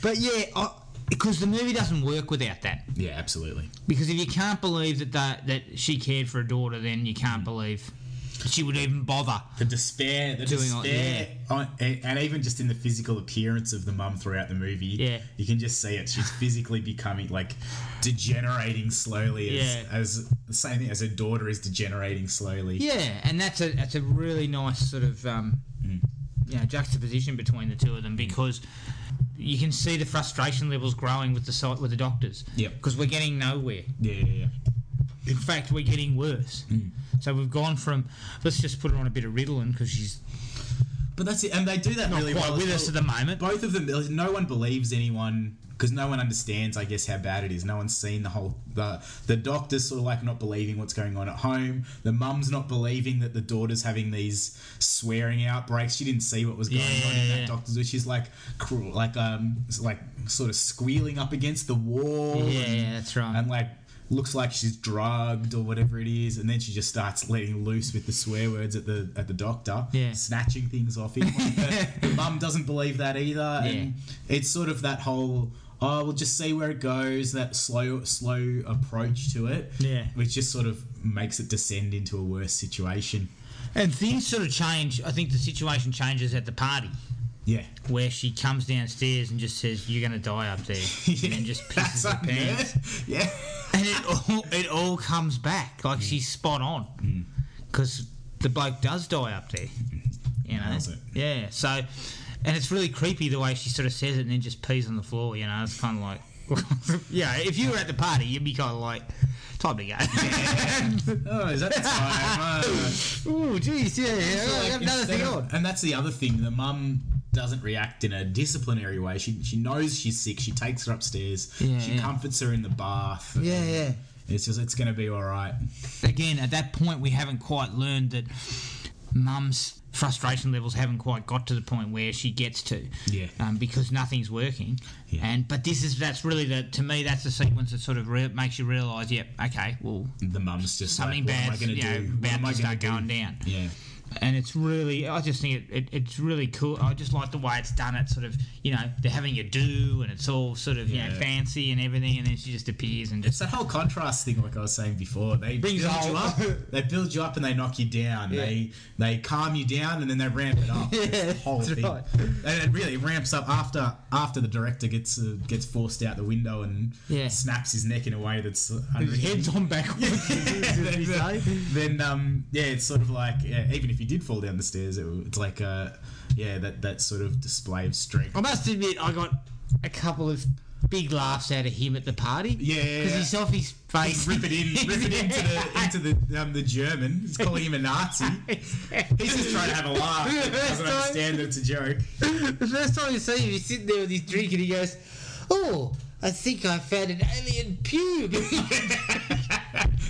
S2: but yeah, because the movie doesn't work without that.
S3: yeah, absolutely.
S2: Because if you can't believe that that, that she cared for a daughter, then you can't believe that she would even bother.
S3: The despair, the
S2: Doing all-
S3: despair, on, and, and even just in the physical appearance of the mum throughout the movie,
S2: Yeah.
S3: you can just see it. She's physically becoming like degenerating slowly, as,
S2: Yeah.
S3: as the same thing as her daughter is degenerating slowly.
S2: Yeah, and that's a that's a really nice sort of um,
S3: Mm.
S2: you know juxtaposition between the two of them because you can see the frustration levels growing with the site with the doctors.
S3: Yep.
S2: because we're getting nowhere.
S3: Yeah, yeah,
S2: In fact, we're getting worse.
S3: Mm.
S2: So we've gone from let's just put her on a bit of Ritalin because she's
S3: But that's it, and they do that
S2: not
S3: really
S2: quite
S3: well.
S2: with us
S3: as
S2: at
S3: well.
S2: the moment.
S3: Both of them, there's- no one believes anyone because no one understands, I guess, how bad it is. No one's seen the whole. The, the doctor's sort of like not believing what's going on at home. The mum's not believing that the daughter's having these swearing outbreaks. She didn't see what was going
S2: Yeah,
S3: on in
S2: yeah.
S3: that doctor's. She's like, cr- like um, like sort of squealing up against the wall.
S2: Yeah,
S3: and- Um,
S2: yeah, that's right.
S3: And like looks like she's drugged or whatever it is, and then she just starts letting loose with the swear words at the at the doctor,
S2: Yeah.
S3: snatching things off him. Like, the, the mum doesn't believe that either, and it's sort of that whole. Oh, we'll just see where it goes. That slow, slow approach to it,
S2: Yeah.
S3: which just sort of makes it descend into a worse situation.
S2: And things sort of change. I think the situation changes at the party
S3: Yeah,
S2: where she comes downstairs and just says, "You're going to die up there," and then just pisses
S3: That's
S2: her
S3: a nerd.
S2: pants.
S3: Yeah,
S2: And it all it all comes back like
S3: Mm.
S2: she's spot on because the bloke does die up there. You know.
S3: Nails it.
S2: Yeah. So, and it's really creepy the way she sort of says it and then just pees on the floor. You know, it's kind of like, yeah. If you were at the party, you'd be kind of like, time to go.
S3: Oh, is that the time? Oh.
S2: Ooh, jeez, yeah, yeah. I got another thing
S3: Instead
S2: on.
S3: of- And that's the other thing. The mum doesn't react in a disciplinary way. She she knows she's sick. She takes her upstairs.
S2: Yeah,
S3: she
S2: yeah.
S3: comforts her in the bath.
S2: Yeah, yeah.
S3: It's just it's gonna be all right.
S2: Again, at that point, we haven't quite learned that mum's frustration levels haven't quite got to the point where she gets to.
S3: Yeah.
S2: Um, because nothing's working.
S3: Yeah.
S2: And but this is that's really the to me that's the sequence that sort of re- makes you realise. Yep. Okay. Well,
S3: The mum's just
S2: something
S3: like,
S2: bad.
S3: What am I gonna
S2: you know,
S3: do? What
S2: about
S3: am I
S2: to
S3: gonna
S2: start
S3: do?
S2: going down.
S3: Yeah.
S2: and it's really i just think it, it, it's really cool i just like the way it's done it's sort of you know they're having a do and it's all sort of you know
S3: Yeah.
S2: fancy and everything and then she just appears and
S3: It's
S2: just
S3: that whole contrast thing, like I was saying before. They
S2: Brings
S3: build
S2: the whole-
S3: you up, they build you up, and they knock you down.
S2: Yeah.
S3: They they calm you down, and then they ramp it up. It's the whole
S2: that's
S3: thing.
S2: right.
S3: And it really ramps up after after the director gets uh, gets forced out the window and
S2: Yeah.
S3: snaps his neck in a way that's
S2: his head's on backwards
S3: then, then um, yeah, it's sort of like yeah, even if you did fall down the stairs, it, it's like uh, yeah, that that sort of display of strength.
S2: i must admit i got a couple of big laughs out of him at the party
S3: Yeah, yeah,
S2: because
S3: yeah.
S2: he's off his face
S3: Rip it in, rip it into the into the um, the German. He's calling him a Nazi. He's just trying to have a laugh. He doesn't understand that it's a joke.
S2: the first time you see him he's sitting there with his drink and he goes oh i think i found an alien pube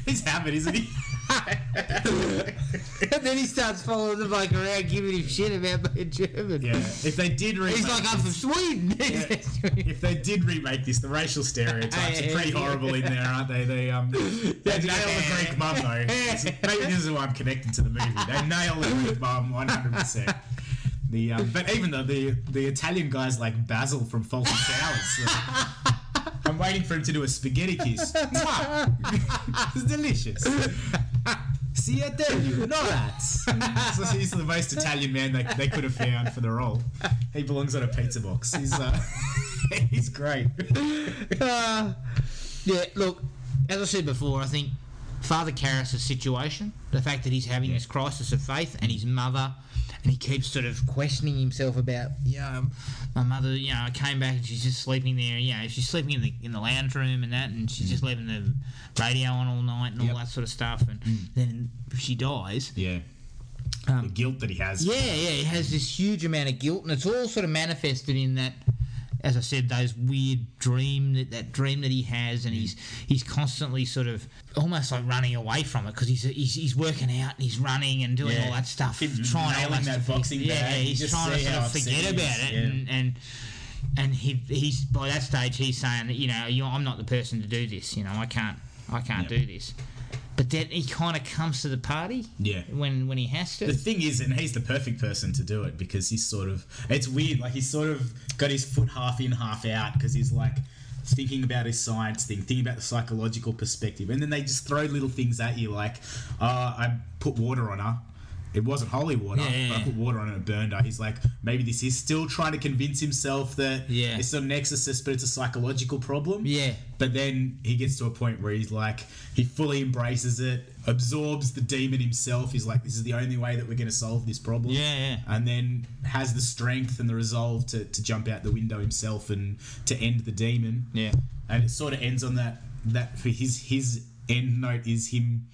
S3: He's hammered, isn't he?
S2: and then he starts following the bloke around giving him shit about being german
S3: Yeah. If they did remake,
S2: He's like, I'm from Sweden.
S3: if they did remake this, the racial stereotypes are pretty horrible in there, aren't they? They um, they nail the Greek mum though. It's- Maybe this is why I'm connected to the movie. They nail the Greek mum 100. percent The um, but even though the the Italian guys like Basil from Faulty Towers. so- I'm waiting for him to do a spaghetti kiss. Mwah! it's delicious. See, I tell you, no rats. So he's the most Italian man they, they could have found for the role. He belongs on a pizza box. He's uh, he's great.
S2: Uh, yeah, look, as I said before, I think Father Karras' situation, the fact that he's having this crisis of faith and his mother, and he keeps sort of questioning himself about, you know, my mother, you know, I came back and she's just sleeping there, you know, she's sleeping in the, in the lounge room and that, and she's just leaving the radio on all night and all that sort of stuff, and then if she dies,
S3: Yeah. the guilt that he has.
S2: Yeah, yeah, he has this huge amount of guilt, and it's all sort of manifested in that, as I said, those weird dream that that dream that he has, and he's he's constantly sort of almost like running away from it because he's, he's he's working out and he's running and doing
S3: Yeah.
S2: all that stuff,
S3: Him
S2: trying all
S3: nailing that
S2: stuff.
S3: boxing
S2: Yeah,
S3: bag, you
S2: he's
S3: just
S2: trying to
S3: see
S2: sort
S3: how
S2: of
S3: upset
S2: forget
S3: he is,
S2: about it,
S3: yeah.
S2: and. and and he, he's by that stage he's saying that you know you I'm not the person to do this you know I can't I can't
S3: Yep.
S2: do this, but then he kind of comes to the party
S3: Yeah.
S2: when when he has to
S3: The thing is, and he's the perfect person to do it because he's sort of. It's weird. Like he's sort of got his foot half in, half out because he's like thinking about his science thing, thinking about the psychological perspective, and then they just throw little things at you like, uh, I put water on her. It wasn't holy water,
S2: Yeah.
S3: but I put water on it and it burned her. He's like, maybe this. He's still trying to convince himself that
S2: Yeah.
S3: it's not an exorcist, but it's a psychological problem.
S2: Yeah.
S3: But then he gets to a point where he's like, he fully embraces it, absorbs the demon himself. He's like, this is the only way that we're going to solve this problem.
S2: Yeah, yeah.
S3: And then has the strength and the resolve to, to jump out the window himself and to end the demon.
S2: Yeah.
S3: And it sort of ends on that, that for his, his end note is him,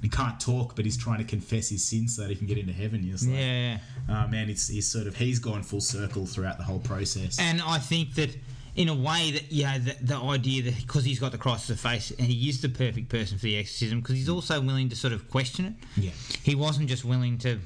S3: he can't talk, but he's trying to confess his sins so that he can get into heaven. He's like,
S2: yeah.
S3: Oh man, it's, he's sort of, he's gone full circle throughout the whole process.
S2: And I think that in a way that you know the, the idea that because he's got the crisis of face and he is the perfect person for the exorcism because he's also willing to sort of question it.
S3: Yeah.
S2: He wasn't just willing to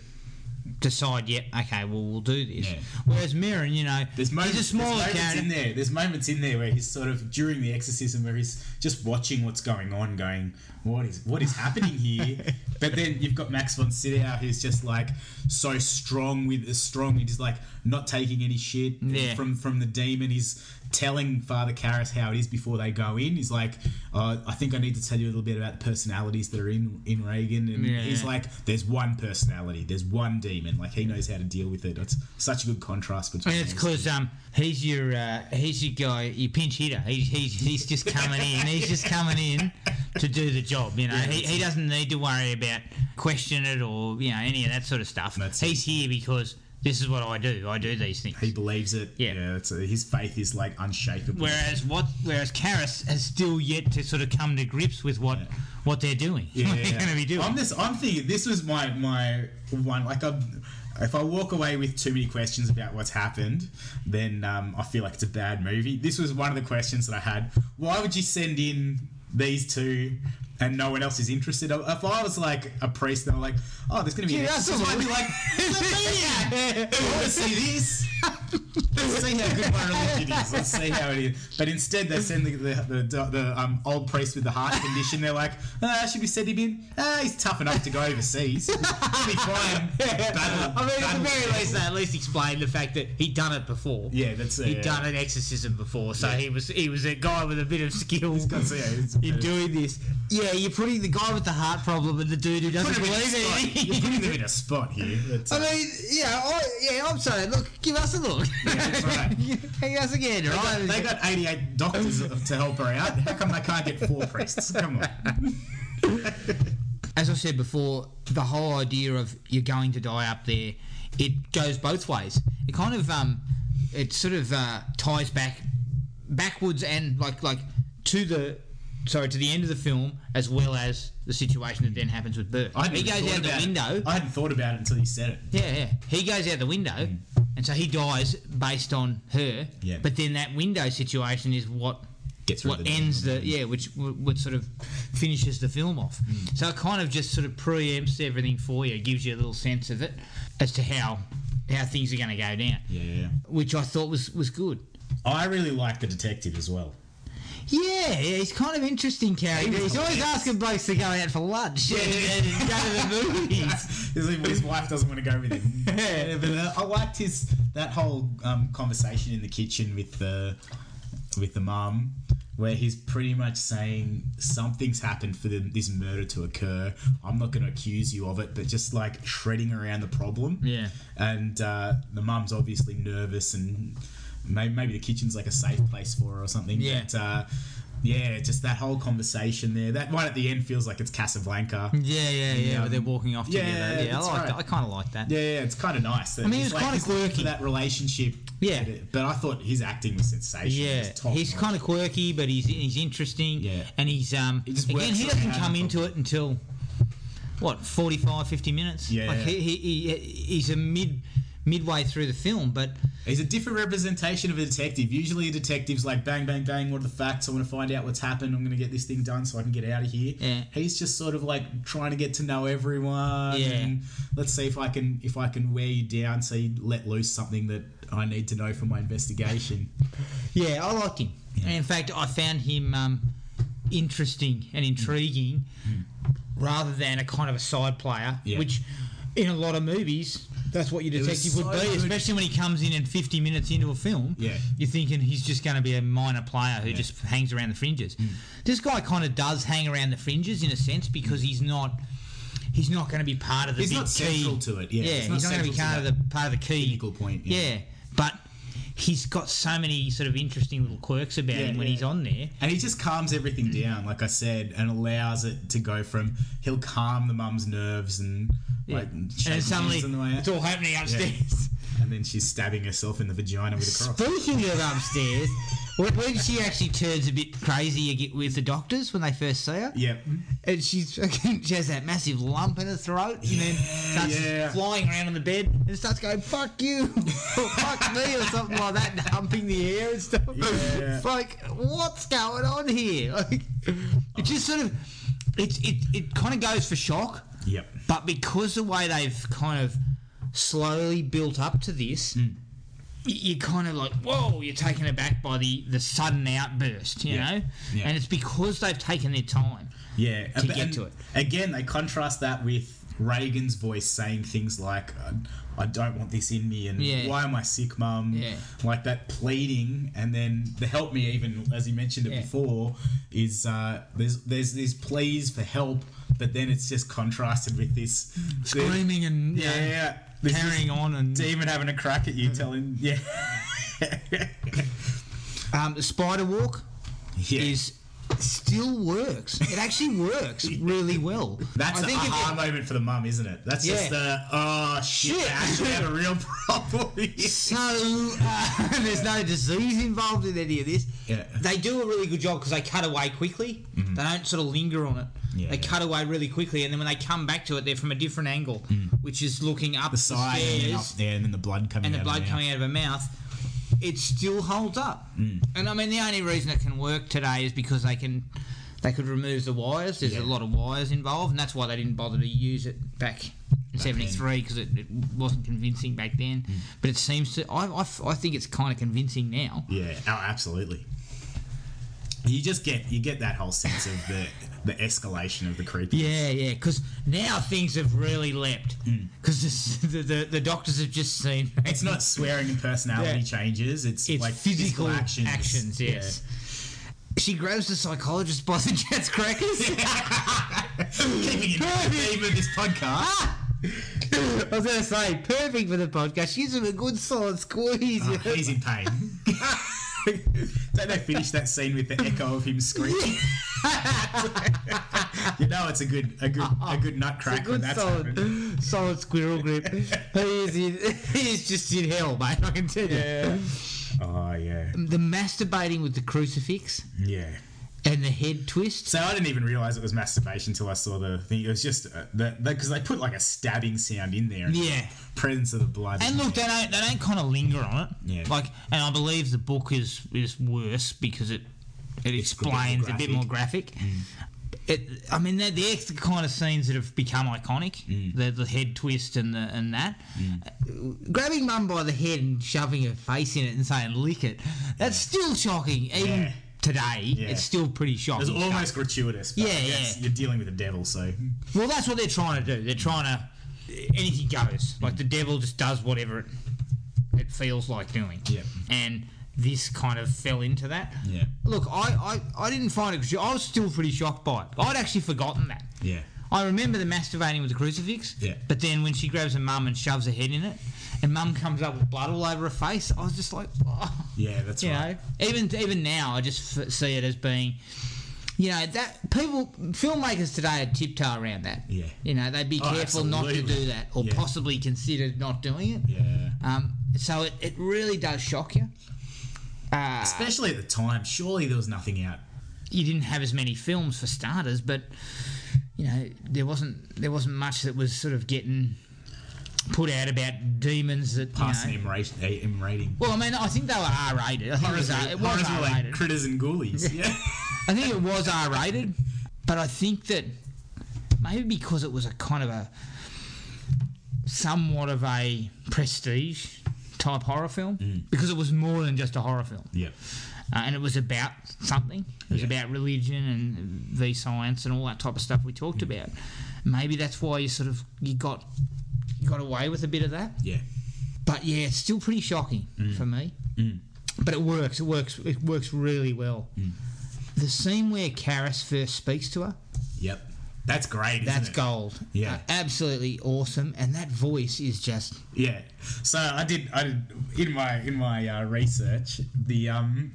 S2: decide, yep, okay, well, we'll do this.
S3: Yeah.
S2: Whereas Mirren, you know,
S3: There's moments,
S2: he's a smaller
S3: there's moments
S2: character.
S3: in there. There's moments in there where he's sort of during the exorcism where he's just watching what's going on, going, "What is what is happening here?" but then you've got Max von Sydow who's just like so strong with strong. He's like not taking any shit
S2: Yeah.
S3: from from the demon. He's telling Father Karras how it is before they go in. He's like, uh, "I think I need to tell you a little bit about the personalities that are in in Reagan." And
S2: Yeah.
S3: he's like, "There's one personality. There's one demon. Like he knows how to deal with it." It's such a good contrast between.
S2: And it's
S3: those
S2: because um, he's your uh, he's your guy, your pinch hitter. He's, he's, he's just coming in. He's just coming in to do the job. You know, he, he doesn't need to worry about question it or you know any of that sort of stuff.
S3: That's
S2: he's here because this is what I do. I do these things.
S3: He believes it.
S2: Yeah.
S3: it's, uh, his faith is like unshakable.
S2: Whereas what whereas Karras has still yet to sort of come to grips with what what they're doing.
S3: yeah,
S2: what they're going to be doing.
S3: I'm this. I'm thinking this was my my one. Like I'm. If I walk away with too many questions about what's happened, then um, I feel like it's a bad movie. This was one of the questions that I had. Why would you send in these two and no one else is interested? If I was like a priest and I'm like, oh, there's going to be an
S2: Yeah,
S3: exorcist, I'd be like, I want to see this. Let's see how good my religion is. Let's see how it is. But instead, they send the the, the, the um, old priest with the heart condition. They're like, ah, should we send him in? Ah, he's tough enough to go overseas. Should we try and battle-
S2: I mean, at
S3: battle
S2: the very
S3: people?"
S2: least, they at least explain the fact that he'd done it before.
S3: Yeah, that's it,
S2: He'd
S3: yeah.
S2: done an exorcism before, so he was he was a guy with a bit of skill.
S3: got- so, yeah, it's-
S2: in doing this. Yeah, you're putting the guy with the heart problem and the dude who
S3: Put
S2: doesn't
S3: him in a
S2: believe
S3: spot.
S2: anything.
S3: You're putting them in a spot here. But,
S2: I
S3: uh,
S2: mean, yeah, I, yeah. I'm sorry. Look, give us a look.
S3: that's right.
S2: Hang us again,
S3: they got-
S2: right?
S3: they got 88 doctors to help her out. How come they can't get four priests? Come on.
S2: as I said before, the whole idea of you're going to die up there, it goes both ways. It kind of um, it sort of uh, ties back backwards and like like to the sorry to the end of the film as well as the situation that then happens with Bert.
S3: I hadn't
S2: He
S3: even
S2: goes
S3: thought
S2: out the
S3: about it.
S2: window.
S3: I hadn't thought about it until you said it.
S2: Yeah, yeah. He goes out the window, and so he dies based on her.
S3: Mm. Yeah.
S2: But then that window situation is what
S3: Gets rid
S2: what
S3: of the
S2: ends the yeah, which what sort of finishes the film off.
S3: Hmm.
S2: So it kind of just sort of preempts everything for you, gives you a little sense of it as to how how things are going to go down.
S3: Yeah.
S2: Which I thought was was good.
S3: I really like the detective as well.
S2: Yeah, yeah, he's kind of interesting character. He's always asking blokes to go out for lunch and, and go to the movies.
S3: his, his wife doesn't want to go with him. Yeah, but uh, I liked his that whole um, conversation in the kitchen with the with the mum, where he's pretty much saying something's happened for the, this murder to occur. I'm not going to accuse you of it, but just like shredding around the problem.
S2: Yeah.
S3: and uh, the mum's obviously nervous and. may- Maybe the kitchen's like a safe place for her or something.
S2: Yeah.
S3: But, uh, yeah, just that whole conversation there. That one at the end feels like it's Casablanca.
S2: Yeah, yeah, yeah.
S3: Yeah.
S2: But they're walking off
S3: Yeah,
S2: together. Yeah, I
S3: that's
S2: like
S3: right.
S2: that. I kind of like that.
S3: Yeah, yeah, it's kind of nice. I
S2: mean, it's kinda quirky.
S3: that relationship.
S2: Yeah.
S3: but I thought his acting was sensational.
S2: Yeah,
S3: It was top
S2: he's
S3: notch.
S2: kind of quirky, but he's he's interesting.
S3: Yeah.
S2: and he's um
S3: just
S2: again
S3: works
S2: he
S3: on
S2: doesn't
S3: how
S2: come
S3: to
S2: into it until what 45, 50 minutes.
S3: Yeah.
S2: like he, he, he he's a mid midway through the film, but
S3: He's a different representation of a detective. Usually, a detective's like, bang, bang, bang, what are the facts? I want to find out what's happened. I'm going to get this thing done so I can get out of here.
S2: Yeah.
S3: He's just sort of like trying to get to know everyone.
S2: Yeah.
S3: And let's see if I can if I can wear you down so you let loose something that I need to know for my investigation.
S2: yeah, I liked him. And in fact, I found him um, interesting and intriguing, rather than a kind of a side player,
S3: Mm-hmm. Yeah.
S2: which in a lot of movies. That's what your
S3: was
S2: detective would
S3: so
S2: be,
S3: good.
S2: especially when he comes in and 50 minutes into a film.
S3: Yeah.
S2: you're thinking he's just going to be a minor player who just hangs around the fringes.
S3: Mm.
S2: This guy kind of does hang around the fringes in a sense because he's not he's not going to be part of the
S3: He's
S2: big
S3: not
S2: key.
S3: central to it, yeah. He's
S2: he's
S3: not
S2: not, going to be
S3: central
S2: part
S3: to
S2: of the part of the key.
S3: pinnacle point, yeah.
S2: but he's got so many sort of interesting little quirks about
S3: Yeah,
S2: him when
S3: yeah.
S2: he's on there.
S3: And he just calms everything
S2: Mm.
S3: down, like I said, and allows it to go from he'll calm the mum's nerves and like shake
S2: and then
S3: hands
S2: suddenly
S3: on the way out.
S2: it's all happening upstairs.
S3: and then she's stabbing herself in the vagina with a cross.
S2: Speaking of upstairs, when- when she actually turns a bit crazy ag- with the doctors when they first see her,
S3: Yep.
S2: and she's fucking, she has that massive lump in her throat, and then starts
S3: yeah.
S2: flying around on the bed and starts going "fuck you" or "fuck me" or something like that, and humping the air and stuff.
S3: Yeah.
S2: It's like, what's going on here? Like, it just sort of, it it, it kind of goes for shock,
S3: Yep.
S2: but because the way they've kind of slowly built up to
S3: Hmm.
S2: this, y you're kind of like, whoa, you're taken aback by the, the sudden outburst, you
S3: Yeah.
S2: know?
S3: Yeah.
S2: And it's because they've taken their time.
S3: Yeah,
S2: to
S3: but-
S2: get
S3: and
S2: to it.
S3: Again, they contrast that with Reagan's voice saying things like, "I- "I don't want this in me," and
S2: Yeah.
S3: "Why am I sick, Mum?"
S2: Yeah.
S3: Like that pleading, and then the "Help me," even as you mentioned it
S2: Yeah.
S3: before, is uh, there's there's these pleas for help, but then it's just contrasted with this
S2: Screaming and
S3: yeah, yeah, yeah. This- this
S2: carrying on and
S3: demon having a crack at you,
S2: Mm-hmm.
S3: telling yeah,
S2: um, Spider Walk
S3: yeah.
S2: is still works. It actually works really well.
S3: That's
S2: I
S3: the
S2: think if
S3: aha
S2: it-
S3: moment for the mum, isn't it? That's just
S2: Yeah.
S3: the oh shit,
S2: Shit.
S3: I actually have a real problem. here."
S2: So uh, there's no disease involved in any of this.
S3: Yeah. Mm-hmm.
S2: They do a really good job because they cut away quickly. They don't sort of linger on it.
S3: Yeah,
S2: they
S3: yeah.
S2: cut away really quickly, and then when they come back to it, they're from a different angle, which is looking up the,
S3: Mm. the side and then up
S2: stairs
S3: there, and then the blood coming
S2: and the
S3: out
S2: blood
S3: of
S2: coming out of her mouth. It still holds up. And I mean, the only reason it can work today is because they can. They could remove the wires. There's
S3: Yeah.
S2: a lot of wires involved, and that's why they didn't bother to use it back Mm. in '73 because it, it wasn't convincing back then. But it seems to. I, I f- I think it's kind of convincing now.
S3: Yeah, oh, absolutely. You just get you get that whole sense of the the escalation of the creepy.
S2: Yeah, yeah, because now things have really leapt. Because Mm. the, the the doctors have just seen
S3: It's not swearing and personality
S2: Yeah.
S3: changes. It's,
S2: it's
S3: like
S2: physical, actions.
S3: Yeah.
S2: yes. She grabs the psychologist by the Jets crackers.
S3: Keeping it in the theme of this podcast.
S2: Ah! I was going to say, perfect for the podcast. She's a good solid squeeze.
S3: Oh, he's in pain. Don't they finish that scene with the echo of him screeching? you know it's a good a good a good nut crack when
S2: good
S3: that's
S2: solid,
S3: happened.
S2: solid squirrel grip. he is in, he's just in hell, mate. I can tell you.
S3: Oh yeah.
S2: The masturbating with the crucifix
S3: Yeah.
S2: and the head twist.
S3: So I didn't even realize it was masturbation until I saw the thing. It was just uh, that because they put like a stabbing sound in there. And
S2: Yeah.
S3: Presence of the blood.
S2: And look, they don't, they don't kind of linger on it.
S3: Yeah.
S2: Like, and I believe the book is is worse because it it
S3: a bit more Mm.
S2: explains a bit more graphic. It, I mean, they're, they're the kind of scenes that have become iconic.
S3: Mm.
S2: The, the head twist and the and that. Uh, Grabbing mum by the head and shoving her face in it and saying "lick it." That's still shocking, even
S3: Yeah.
S2: today. It's still pretty
S3: It was
S2: shocking.
S3: almost gratuitous. But
S2: Yeah,
S3: I guess
S2: yeah.
S3: You're dealing with the devil, so
S2: Well, that's what they're trying to do. They're trying to anything goes. Like the devil just does whatever it it feels like doing.
S3: Yeah.
S2: And this kind of fell into that.
S3: Yeah.
S2: Look, I I, I didn't find it. I was still pretty shocked by it. I'd actually forgotten that.
S3: yeah.
S2: I remember the masturbating with the crucifix.
S3: Yeah.
S2: But then when she grabs her mum and shoves her head in it, and mum comes up with blood all over her face, I was just like, oh.
S3: Yeah, that's
S2: You
S3: right.
S2: know, even even now, I just f- see it as being, you know, that people filmmakers today are tiptoe around that.
S3: Yeah.
S2: You know, they'd be
S3: Oh,
S2: careful not to
S3: absolutely.
S2: do that, or
S3: Yeah.
S2: possibly consider not doing it.
S3: Yeah.
S2: Um, so it, it really does shock you. Uh,
S3: Especially at the time, surely there was nothing out.
S2: you didn't have as many films for starters, but you know there wasn't there wasn't much that was sort of getting put out about demons that you
S3: past uh,
S2: know-
S3: an M rate- a- M rating.
S2: Well, I mean, I think they were R rated. I think it was, R- it was
S3: Horrors were
S2: R
S3: like
S2: rated.
S3: critters and ghoulies. Yeah.
S2: I think it was R rated, but I think that maybe because it was a kind of a somewhat of a prestige type horror film, because it was more than just a horror film,
S3: yeah.
S2: uh, and it was about something. It was
S3: Yeah.
S2: about religion and v science and all that type of stuff we talked about. Maybe that's why you sort of you got you got away with a bit of that.
S3: Yeah.
S2: But yeah, it's still pretty shocking
S3: Mm.
S2: for me. But it works. It works. It works really well.
S3: Mm.
S2: The scene where Karis first speaks to her,
S3: Yep. That's great.
S2: that's
S3: isn't it?
S2: gold.
S3: Yeah.
S2: Uh, absolutely awesome. And that voice is just
S3: Yeah. So I did. I did in my in my uh, research. The um,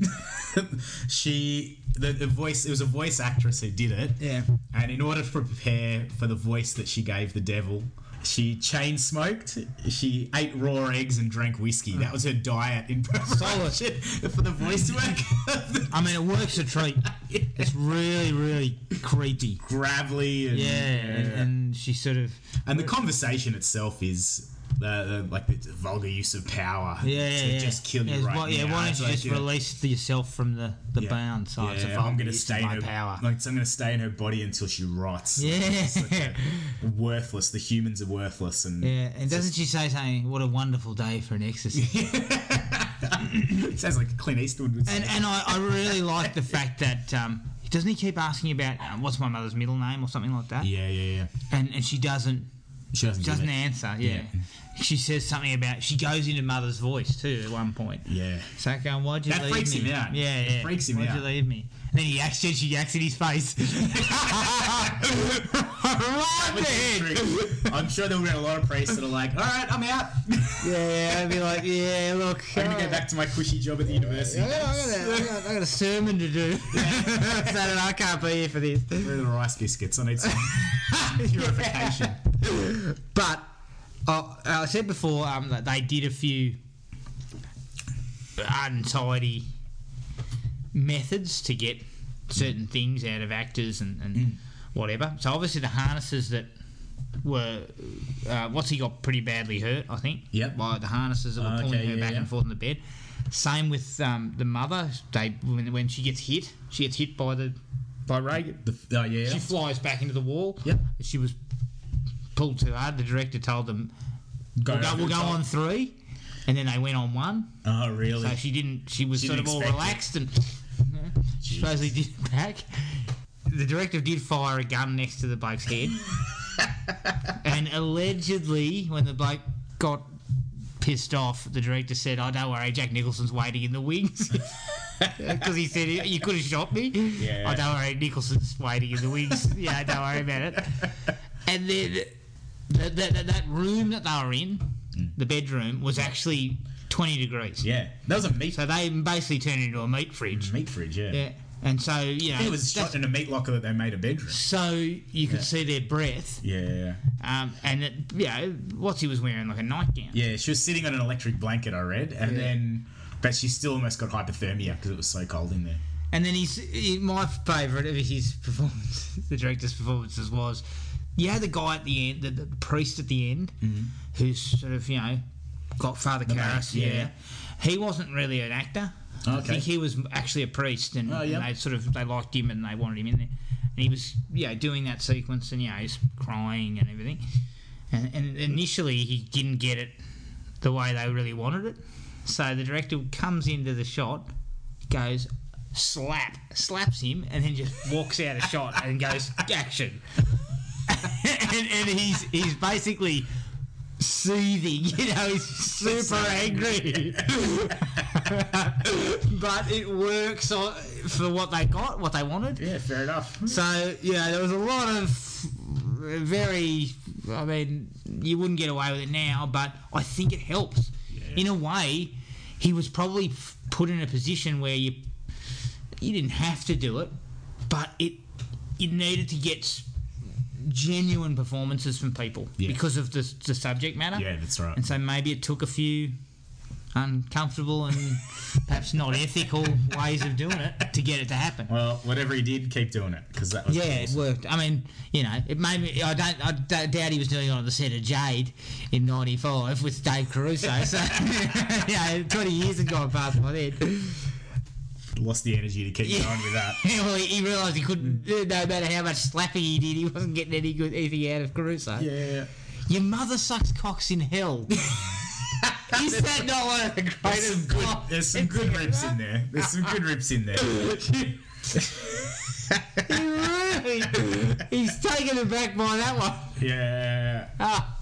S3: she the, the voice. It was a voice actress who did it.
S2: Yeah.
S3: And in order to prepare for the voice that she gave the devil, she chain smoked. She ate raw eggs and drank whiskey. That was her diet in preparation for the voice work.
S2: I mean, it works a treat. It's really, really creepy.
S3: Gravelly and
S2: Yeah, and, and she sort of
S3: And the conversation itself is the, the like the vulgar use of power
S2: Yeah,
S3: to
S2: yeah, yeah.
S3: just kill you
S2: Yeah,
S3: right
S2: why, yeah,
S3: now.
S2: why don't
S3: It's
S2: you
S3: like,
S2: just
S3: yeah.
S2: release yourself from the, the
S3: Yeah.
S2: bound? So it's a
S3: Yeah, I'm
S2: vulnerable
S3: gonna
S2: use of
S3: stay in
S2: my
S3: her
S2: power.
S3: Like, so I'm gonna stay in her body until she rots. Like,
S2: yeah,
S3: it's like a- worthless. The humans are worthless, and
S2: yeah. And doesn't she say something? What a wonderful day for an exorcism.
S3: it sounds like Clint Eastwood would say.
S2: and and I, I really like the fact that um, doesn't he keep asking about uh, what's my mother's middle name or something like that?
S3: yeah, yeah, yeah.
S2: And and she doesn't
S3: She doesn't. give
S2: doesn't
S3: it.
S2: answer. Yeah. She says something about she goes into mother's voice too at one point.
S3: Yeah.
S2: So I'm going, why'd you
S3: That
S2: leave
S3: freaks
S2: me?
S3: him out.
S2: Yeah,
S3: It
S2: yeah.
S3: freaks him
S2: why'd
S3: out.
S2: you leave me? And then he yaks, and she yaks in his face. right in the head.
S3: I'm sure there will be a lot of priests that are like, "All right, I'm out.
S2: Yeah, yeah, I'd be like, yeah, look. uh,
S3: I'm gonna go back to my cushy job at the university."
S2: I got, I, got, I, got, I got a sermon to do. Saturday, I can't be here for this.
S3: Where are the rice biscuits? I need some purification.
S2: But uh, I said before um, that they did a few untidy methods to get certain things out of actors and, and
S3: Mm.
S2: whatever. So obviously the harnesses that were uh, what's he got pretty badly hurt, I think.
S3: Yep.
S2: By the harnesses that were
S3: Oh,
S2: pulling
S3: okay,
S2: her
S3: yeah,
S2: back
S3: yeah.
S2: and forth in the bed. Same with um, the mother. They when, when she gets hit, she gets hit by the by Reagan.
S3: The, oh yeah.
S2: She flies back into the wall.
S3: Yep.
S2: She was pulled too hard. The director told them, "We'll go,
S3: over
S2: we'll
S3: the
S2: go
S3: top.
S2: on three. And then they went on one.
S3: Oh really?
S2: So she didn't. She was
S3: She
S2: sort
S3: didn't
S2: of all
S3: expect
S2: relaxed
S3: it.
S2: and she supposedly did it back. The director did fire a gun next to the bloke's head, and allegedly, when the bloke got pissed off, the director said, "Oh, don't worry, Jack Nicholson's waiting in the wings." Because he said you could have shot me.
S3: Yeah.
S2: Oh, don't worry, Nicholson's waiting in the wings. yeah, don't worry about it. And then that, that, that, that room that they were in,
S3: Mm.
S2: the bedroom, was actually twenty degrees.
S3: yeah. That was a meat
S2: So they basically turned it into a meat fridge.
S3: meat fridge. Yeah.
S2: Yeah. And so, you know,
S3: It was
S2: that's-
S3: shot in a meat locker that they made a bedroom.
S2: so you could
S3: Yeah.
S2: see their breath.
S3: Yeah, yeah, yeah.
S2: Um, and it, you know, what he was wearing, like a nightgown.
S3: Yeah, she was sitting on an electric blanket, I read, and
S2: Yeah.
S3: then, but she still almost got hypothermia because it was so cold in there.
S2: And then he's he, my favourite of his performance, the director's performances was, you had the guy at the end, the, the priest at the end,
S3: Mm-hmm.
S2: who's sort of you know, got Father Karras.
S3: monk,
S2: Yeah.
S3: yeah.
S2: he wasn't really an actor. I
S3: Okay.
S2: think he was actually a priest, and,
S3: Oh,
S2: and
S3: yeah.
S2: they sort of they liked him and they wanted him in there. And he was you know doing that sequence, and you know he's crying and everything. And, and initially he didn't get it the way they really wanted it. So the director comes into the shot, goes slap, slaps him, and then just walks out of shot and goes action. and, and he's he's basically soothing, you know, he's super angry. but it works on, for what they got, what they wanted.
S3: Yeah, fair enough.
S2: So yeah, there was a lot of very. I mean, you wouldn't get away with it now, but I think it helps. In a way, he was probably f- put in a position where you you didn't have to do it, but it you needed to get s- genuine performances from people
S3: Yeah.
S2: because of the the subject matter.
S3: Yeah, that's right.
S2: And so maybe it took a few uncomfortable and perhaps not ethical ways of doing it to get it to happen.
S3: Well, whatever he did, keep doing it because that was
S2: Yeah, it
S3: awesome.
S2: worked. I mean, you know, it made me. I don't. I d- doubt he was doing it on the set of Jade in '95 with Dave Caruso. So, yeah, 20 years had gone past by then.
S3: lost the energy to keep
S2: Yeah.
S3: going with that.
S2: well, he, he realised he couldn't. No matter how much slapping he did, he wasn't getting any good anything out of Caruso.
S3: Yeah,
S2: Your mother sucks cocks in hell. Is that not one of the
S3: there's some
S2: greatest?
S3: good,
S2: lines?
S3: there's some good rips in there. There's some good rips in there.
S2: He really, he's taken aback by that one.
S3: Yeah.
S2: Ah.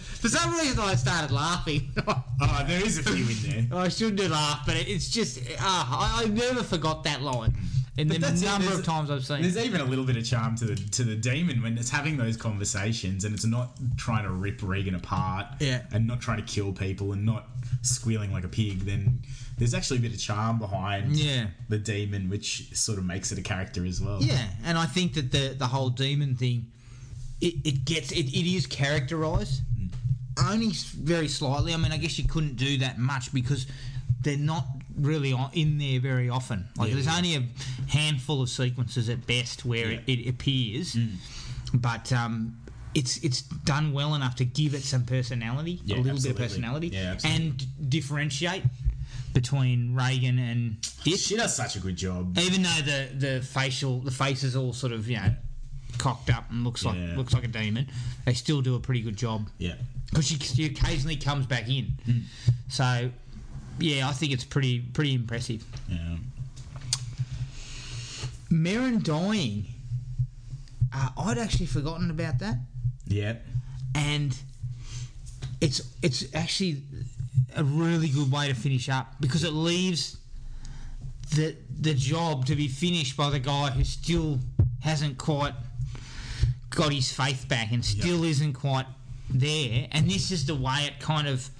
S2: For some reason, I started laughing.
S3: Oh, there is a few in there.
S2: I shouldn't have laughed, but it, it's just ah, I, I never forgot that line. And the
S3: that's it,
S2: number
S3: there's-
S2: of times I've seen.
S3: There's
S2: it.
S3: even a little bit of charm to the to the demon when it's having those conversations and it's not trying to rip Regan apart.
S2: Yeah.
S3: And not trying to kill people and not squealing like a pig. Then there's actually a bit of charm behind.
S2: Yeah.
S3: The demon, which sort of makes it a character as well.
S2: Yeah, and I think that the the whole demon thing, it, it gets it, it is characterized only s- very slightly. I mean, I guess you couldn't do that much because they're not really on, in there very often. Like
S3: Yeah,
S2: there's
S3: yeah.
S2: only a
S3: Hmm.
S2: handful of sequences at best where it, it appears, but um, it's it's done well enough to give it some personality, a
S3: Yeah,
S2: little
S3: absolutely.
S2: bit of personality,
S3: Yeah, absolutely.
S2: and d- differentiate between Reagan and Dish.
S3: She does such a good job.
S2: Even though the the facial the face is all sort of you know cocked up and looks like
S3: Yeah.
S2: looks like a demon, they still do a pretty good job
S3: Yeah.
S2: because she, she occasionally comes back in. So yeah, I think it's pretty pretty impressive.
S3: Yeah.
S2: Meryn dying, uh, I'd actually forgotten about that.
S3: Yeah.
S2: and it's it's actually a really good way to finish up because it leaves the the job to be finished by the guy who still hasn't quite got his faith back and still isn't quite there and this is the way it kind of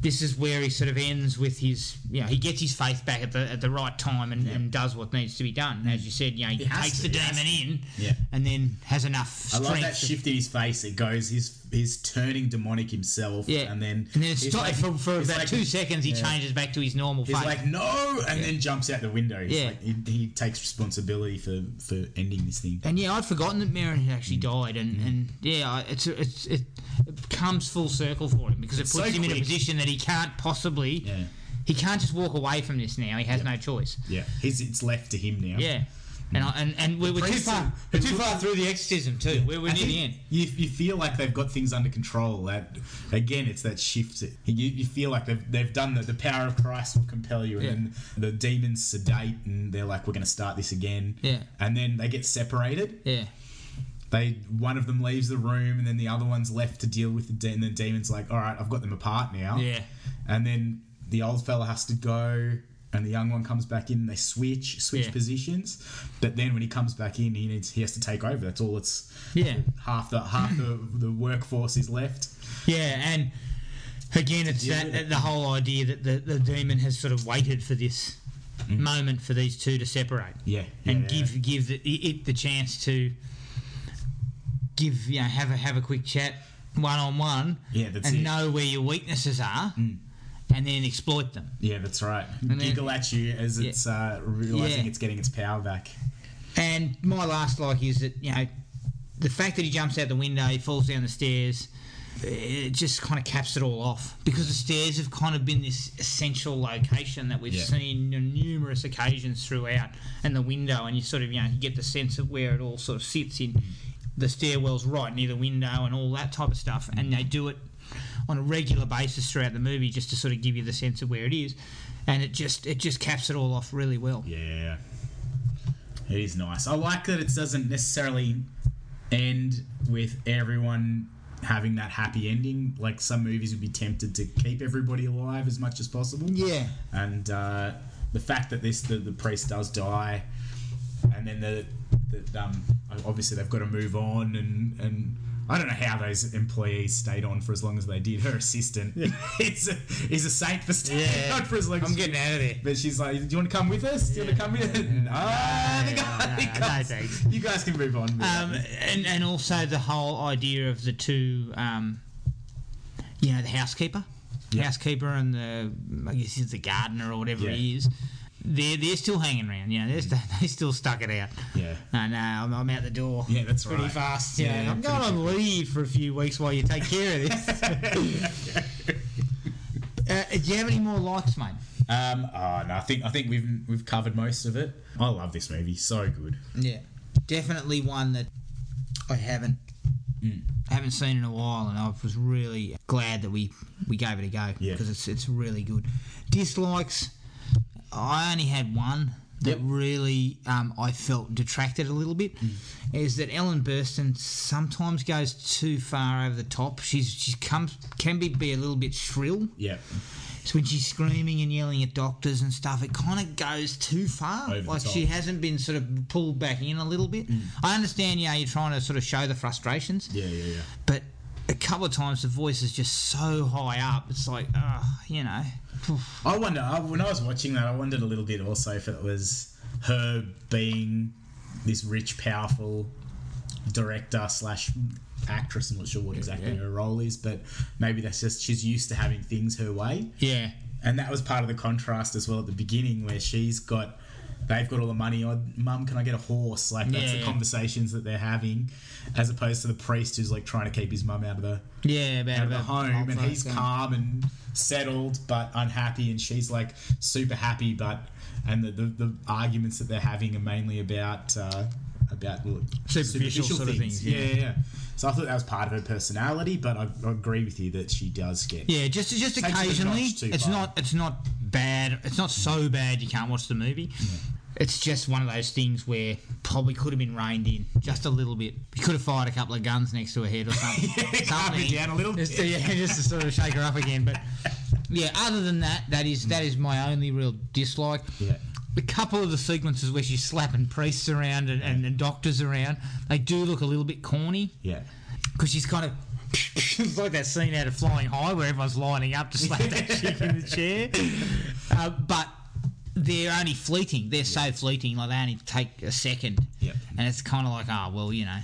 S2: this is where he sort of ends with his you know he gets his faith back at the at the right time and, and does what needs to be done as you said you know he,
S3: has
S2: takes
S3: to,
S2: the
S3: he has
S2: demon in
S3: to. Yeah.
S2: and then has enough
S3: I
S2: strength
S3: love that
S2: to-
S3: shift in his face. It goes, he's he's turning demonic himself,
S2: Yeah,
S3: and then
S2: and then it's
S3: he's
S2: stopped for, for
S3: he's
S2: about
S3: like-
S2: two seconds. He
S3: yeah.
S2: changes back to his normal
S3: He's
S2: face.
S3: like no, and then jumps out the window. He's
S2: Yeah.
S3: like, he, he takes responsibility for for ending this thing.
S2: and yeah, I'd forgotten that Merrin had actually
S3: Mm.
S2: died, and, and yeah, I- it's it's it, it comes full circle for him because it
S3: It's
S2: puts
S3: so
S2: him in a
S3: quick.
S2: position that he can't possibly
S3: Yeah.
S2: he can't just walk away from this now. He has no choice.
S3: Yeah, he's it's left to him now.
S2: Yeah, and I, and and we're, we're too
S3: priest-
S2: far we're too far through the exorcism too. We're, we're
S3: I
S2: near
S3: think
S2: the end.
S3: You, you feel like they've got things under control. That again, it's that shift. You, you feel like they've, they've done that. The power of Christ will compel you, and
S2: Yeah.
S3: then the demons sedate, and they're like, "We're going to start this again."
S2: Yeah.
S3: And then they get separated.
S2: Yeah,
S3: They one of them leaves the room, and then the other one's left to deal with the de- and the demons. Like, all right, I've got them apart now.
S2: Yeah.
S3: And then the old fella has to go. And the young one comes back in. They switch, switch
S2: Yeah.
S3: positions. But then when he comes back in, he needs he has to take over. That's all. It's
S2: yeah,
S3: half the half the, the workforce is left.
S2: yeah, and. Again, it's
S3: Yeah,
S2: that,
S3: yeah.
S2: the whole idea that the, the demon has sort of waited for this
S3: Mm.
S2: moment for these two to separate.
S3: Yeah,
S2: and give give the, i- it the chance to give you know have a have a quick chat one on one
S3: Yeah, that's
S2: and
S3: it. Mm.
S2: know where your weaknesses are and then exploit them
S3: yeah, that's right.
S2: then-
S3: Giggle at you as
S2: Yeah.
S3: it's uh, realizing
S2: Yeah.
S3: it's getting its power back.
S2: and my last like is that you know the fact that he jumps out the window he falls down the stairs it just kind of caps it all off because the stairs have kind of been this essential location that we've
S3: Yeah.
S2: seen on numerous occasions throughout and the window and you sort of you know you get the sense of where it all sort of sits in the stairwells right near the window and all that type of stuff and they do it on a regular basis throughout the movie just to sort of give you the sense of where it is and it just it just caps it all off really well
S3: Yeah, it is nice. I like that it doesn't necessarily end with everyone having that happy ending. Like some movies would be tempted to keep everybody alive as much as possible.
S2: yeah.
S3: and uh, the fact that this the, the priest does die, and then the, the um, obviously they've got to move on, and and I don't know how those employees stayed on for as long as they did. Her assistant is a, is a saint for staying
S2: Yeah.
S3: on for as long.
S2: I'm
S3: as
S2: getting out of there.
S3: But she's like, "Do you want to come with us? Do you want to come with us?" No, the guy- the
S2: no, no,
S3: guys-
S2: thanks.
S3: you guys can move on.
S2: Um, and and also the whole idea of the two, um, you know, the housekeeper,
S3: Yeah.
S2: housekeeper, and the I guess he's the gardener or whatever he
S3: Yeah. Mm.
S2: is. They're they're still hanging around. You know, they're st- they still stuck it out.
S3: Yeah.
S2: No, no, I'm, I'm out the door.
S3: Yeah, that's
S2: pretty
S3: right.
S2: fast. Yeah,
S3: Yeah,
S2: I'm
S3: pretty
S2: going on leave for a few weeks while you take care of this. uh, do you have any more likes, mate?
S3: um, oh, no, I think I think we've we've covered most of it. I love this movie, so good.
S2: Yeah, definitely one that I haven't
S3: Mm.
S2: haven't seen in a while, and I was really glad that we we gave it a go
S3: Yeah.
S2: because it's it's really good. Dislikes, I only had one that
S3: Yep. Mm.
S2: really um, I felt detracted a little bit. Is that Ellen Burstyn sometimes goes too far over the top? She's she comes can be be a little bit shrill.
S3: Yeah,
S2: So when she's screaming and yelling at doctors and stuff, it kind of goes too far.
S3: Over the
S2: like
S3: top. Mm.
S2: she hasn't been sort of pulled back in a little bit. I understand, yeah, you're trying to sort of show the frustrations,
S3: yeah, yeah, yeah.
S2: but a couple of times the voice is just so high up. It's like, ah, you know, Oof.
S3: I wonder I- when I was watching that, I wondered a little bit also if it was her being this rich, powerful director slash actress. I'm not sure what exactly her role is, but maybe that's just she's used to having things her way,
S2: yeah,
S3: and that was part of the contrast as well at the beginning, where she's got they've got all the money or mum can i get a horse like that's
S2: Yeah,
S3: the
S2: yeah.
S3: conversations that they're having as opposed to the priest who's like trying to keep his mum out of the
S2: Yeah, about,
S3: out of the
S2: about
S3: home and
S2: Hulk,
S3: he's
S2: like, um,
S3: calm and settled but unhappy and she's like super happy but and the, the, the arguments that they're having are mainly about uh, about well,
S2: Superficial sort of things, yeah.
S3: yeah. yeah yeah so I thought that was part of her personality but I, I agree with you that she does get
S2: Yeah, just just
S3: it a
S2: occasionally.
S3: notch too
S2: It's
S3: far.
S2: not it's not bad. It's not so bad you can't watch the movie. It's just one of those things where probably could have been reined in just a little bit. You could have fired a couple of guns next to her head or something.
S3: calm
S2: something.
S3: it down a little
S2: Just
S3: bit
S2: to, yeah, just to sort of shake her up again. But yeah, other than that, that is that is my only real dislike.
S3: Yeah.
S2: A couple of the sequences where she's slapping priests around and, and, and doctors around, they do look a little bit corny
S3: yeah
S2: because she's kind of it's like that scene out of Flying High where everyone's lining up to slap that chick in the chair. Uh, but they're only fleeting. They're so fleeting, like they only take a second.
S3: Yep.
S2: And it's kind of like, oh well, you know,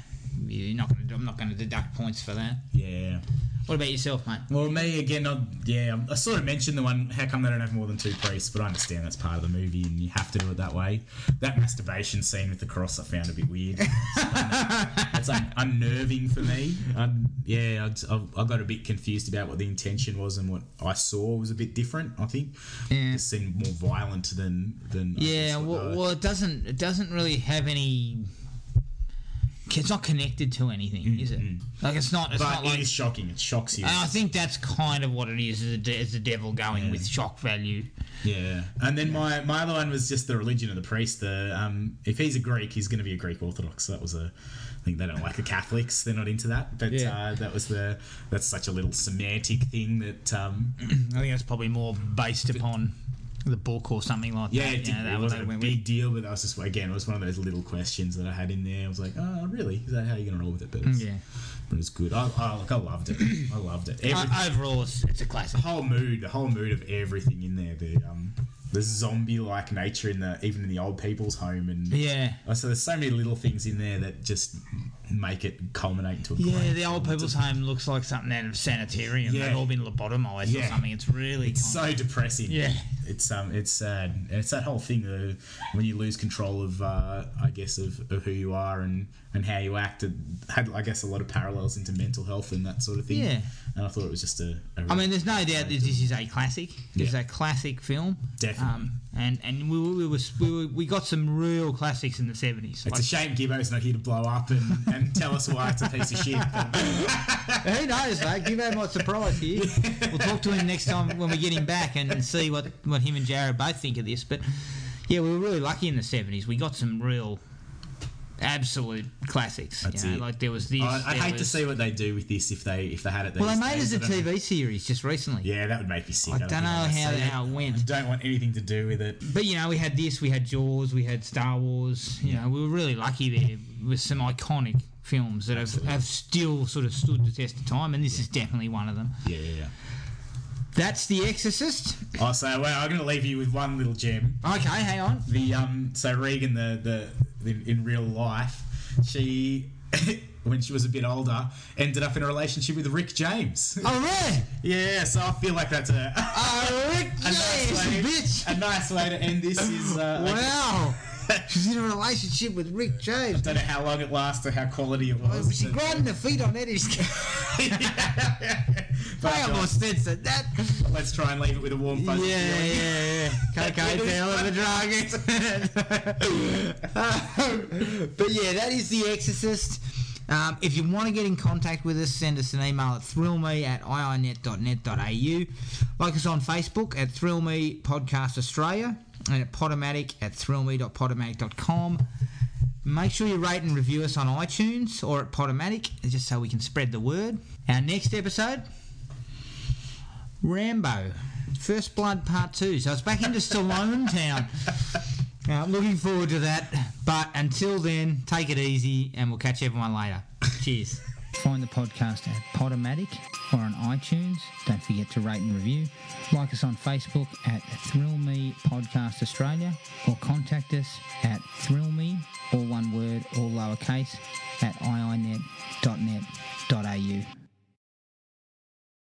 S2: you're not going to. I'm not going to deduct points for that.
S3: yeah
S2: What about yourself, mate?
S3: well me again I, yeah I sort of mentioned the one how come they don't have more than two priests but I understand that's part of the movie and you have to do it that way that masturbation scene with the cross I found a bit weird it's un- unnerving for me. Um, yeah, I, I- I got a bit confused about what the intention was and what I saw was a bit different. I think
S2: Yeah.
S3: just seemed more violent than than I guess
S2: Yeah,
S3: what
S2: well,
S3: they were-
S2: well, it doesn't. It doesn't really have any. It's not connected to anything, is it? Like it's not. It's
S3: but
S2: not like.
S3: it is shocking. It shocks you.
S2: and I think that's kind of what it is. Is the, de- is the devil going
S3: Yeah.
S2: with shock value?
S3: Yeah, and then my my other one was just the religion of the priest. The um, if he's a Greek, he's going to be a Greek Orthodox. That was a, I think they don't like the Catholics. They're not into that. But
S2: Yeah.
S3: uh, that was the that's such a little semantic thing that um,
S2: I think that's probably more based upon the book or something like
S3: Yeah,
S2: that.
S3: it,
S2: you know,
S3: didn't,
S2: that
S3: it
S2: was-
S3: wasn't
S2: that
S3: a
S2: went
S3: big
S2: with-
S3: deal, but that was just again, it was one of those little questions that I had in there. I was like, oh, really? Is that how you're gonna roll with it? But it's,
S2: Yeah.
S3: but it's good. I, I, like, I loved it. I loved it. Every,
S2: O- Uh, overall, it's, it's a classic.
S3: the whole mood, the whole mood of everything in there. The um, the zombie-like nature in the even in the old people's home, and
S2: Yeah.
S3: Oh, so there's so many little things in there that just make it culminate into a
S2: Yeah,
S3: great
S2: the old
S3: film.
S2: people's
S3: It's
S2: home looks like something out of a sanitarium. They've
S3: Yeah.
S2: all been lobotomized or
S3: Yeah.
S2: something. It's really
S3: It's
S2: kind
S3: so depressing.
S2: Yeah.
S3: It's um, it's sad. And It's that whole thing of when you lose control of, uh, I guess, of, of who you are and, and how you act. It had, I guess, a lot of parallels into mental health and that sort of thing.
S2: Yeah.
S3: And I thought it was just a. a
S2: I mean, there's no doubt that this is a classic. This is
S3: Yeah.
S2: a classic film. Um,
S3: Definitely.
S2: and and we, were- we, were, we, were, we got some real classics in the 70s.
S3: it's a shame Gibbo's not here to blow up and, and tell us why it's a piece of shit.
S2: Who knows, mate? Give him my surprise here. We'll talk to him next time when we get him back and see what, what him and Jared both think of this. But yeah, we were really lucky in the 70s. We got some real absolute classics.
S3: That's
S2: you know?
S3: it.
S2: Like there was this.
S3: I, I'd
S2: there
S3: hate to
S2: was-
S3: see what they do with this if they if they had it.
S2: Well, they
S3: these
S2: made it as
S3: days.
S2: a
S3: I don't know.
S2: TV series just recently.
S3: Yeah, that would make me sick.
S2: I don't
S3: think
S2: know
S3: I'd
S2: how
S3: see
S2: that- how it went.
S3: I don't want anything to do with it.
S2: But you know, we had this, we had Jaws, we had Star Wars. You know, we were really lucky there with some iconic films that have, have still sort of stood the test of time, and this is definitely one of them.
S3: Yeah, yeah, yeah.
S2: That's The Exorcist.
S3: Oh, so well, I'm going to leave you with one little gem.
S2: Okay, hang on.
S3: The um, so Regan, the the in, in real life, she when she was a bit older ended up in a relationship with Rick James.
S2: Oh, really?
S3: yeah, so I feel like that's a,
S2: Oh, Rick
S3: a nice way,
S2: James, bitch.
S3: a nice way to end this. Is uh, I
S2: Wow. She's in a relationship with Rick James.
S3: don't know how long it lasts or how quality it
S2: Was
S3: was.
S2: she
S3: but-
S2: grinding her feet on Eddie's
S3: But
S2: They
S3: I
S2: got
S3: feel
S2: more sense than that.
S3: like let's try and leave it with a warm
S2: Yeah,
S3: fuzzy
S2: yeah,
S3: feeling.
S2: yeah. Cocaine tail of the dragon. but yeah, that is The Exorcist. Um, if you want to get in contact with us, send us an email at thrillme at iinet.net.au. Like us on Facebook at Thrill Me Podcast Australia and at Podomatic at thrillme.podomatic.com. Make sure you rate and review us on iTunes or at Podomatic just so we can spread the word. Our next episode Rambo, First Blood Part 2. So it's back into Stallone Town. Now, looking forward to that. But until then, take it easy and we'll catch everyone later. Cheers. Find the podcast at Podomatic or on iTunes. Don't forget to rate and review. Like us on Facebook at Thrill Me Podcast Australia or contact us at Thrill Me, all one word, all lowercase, at iinet.net.au.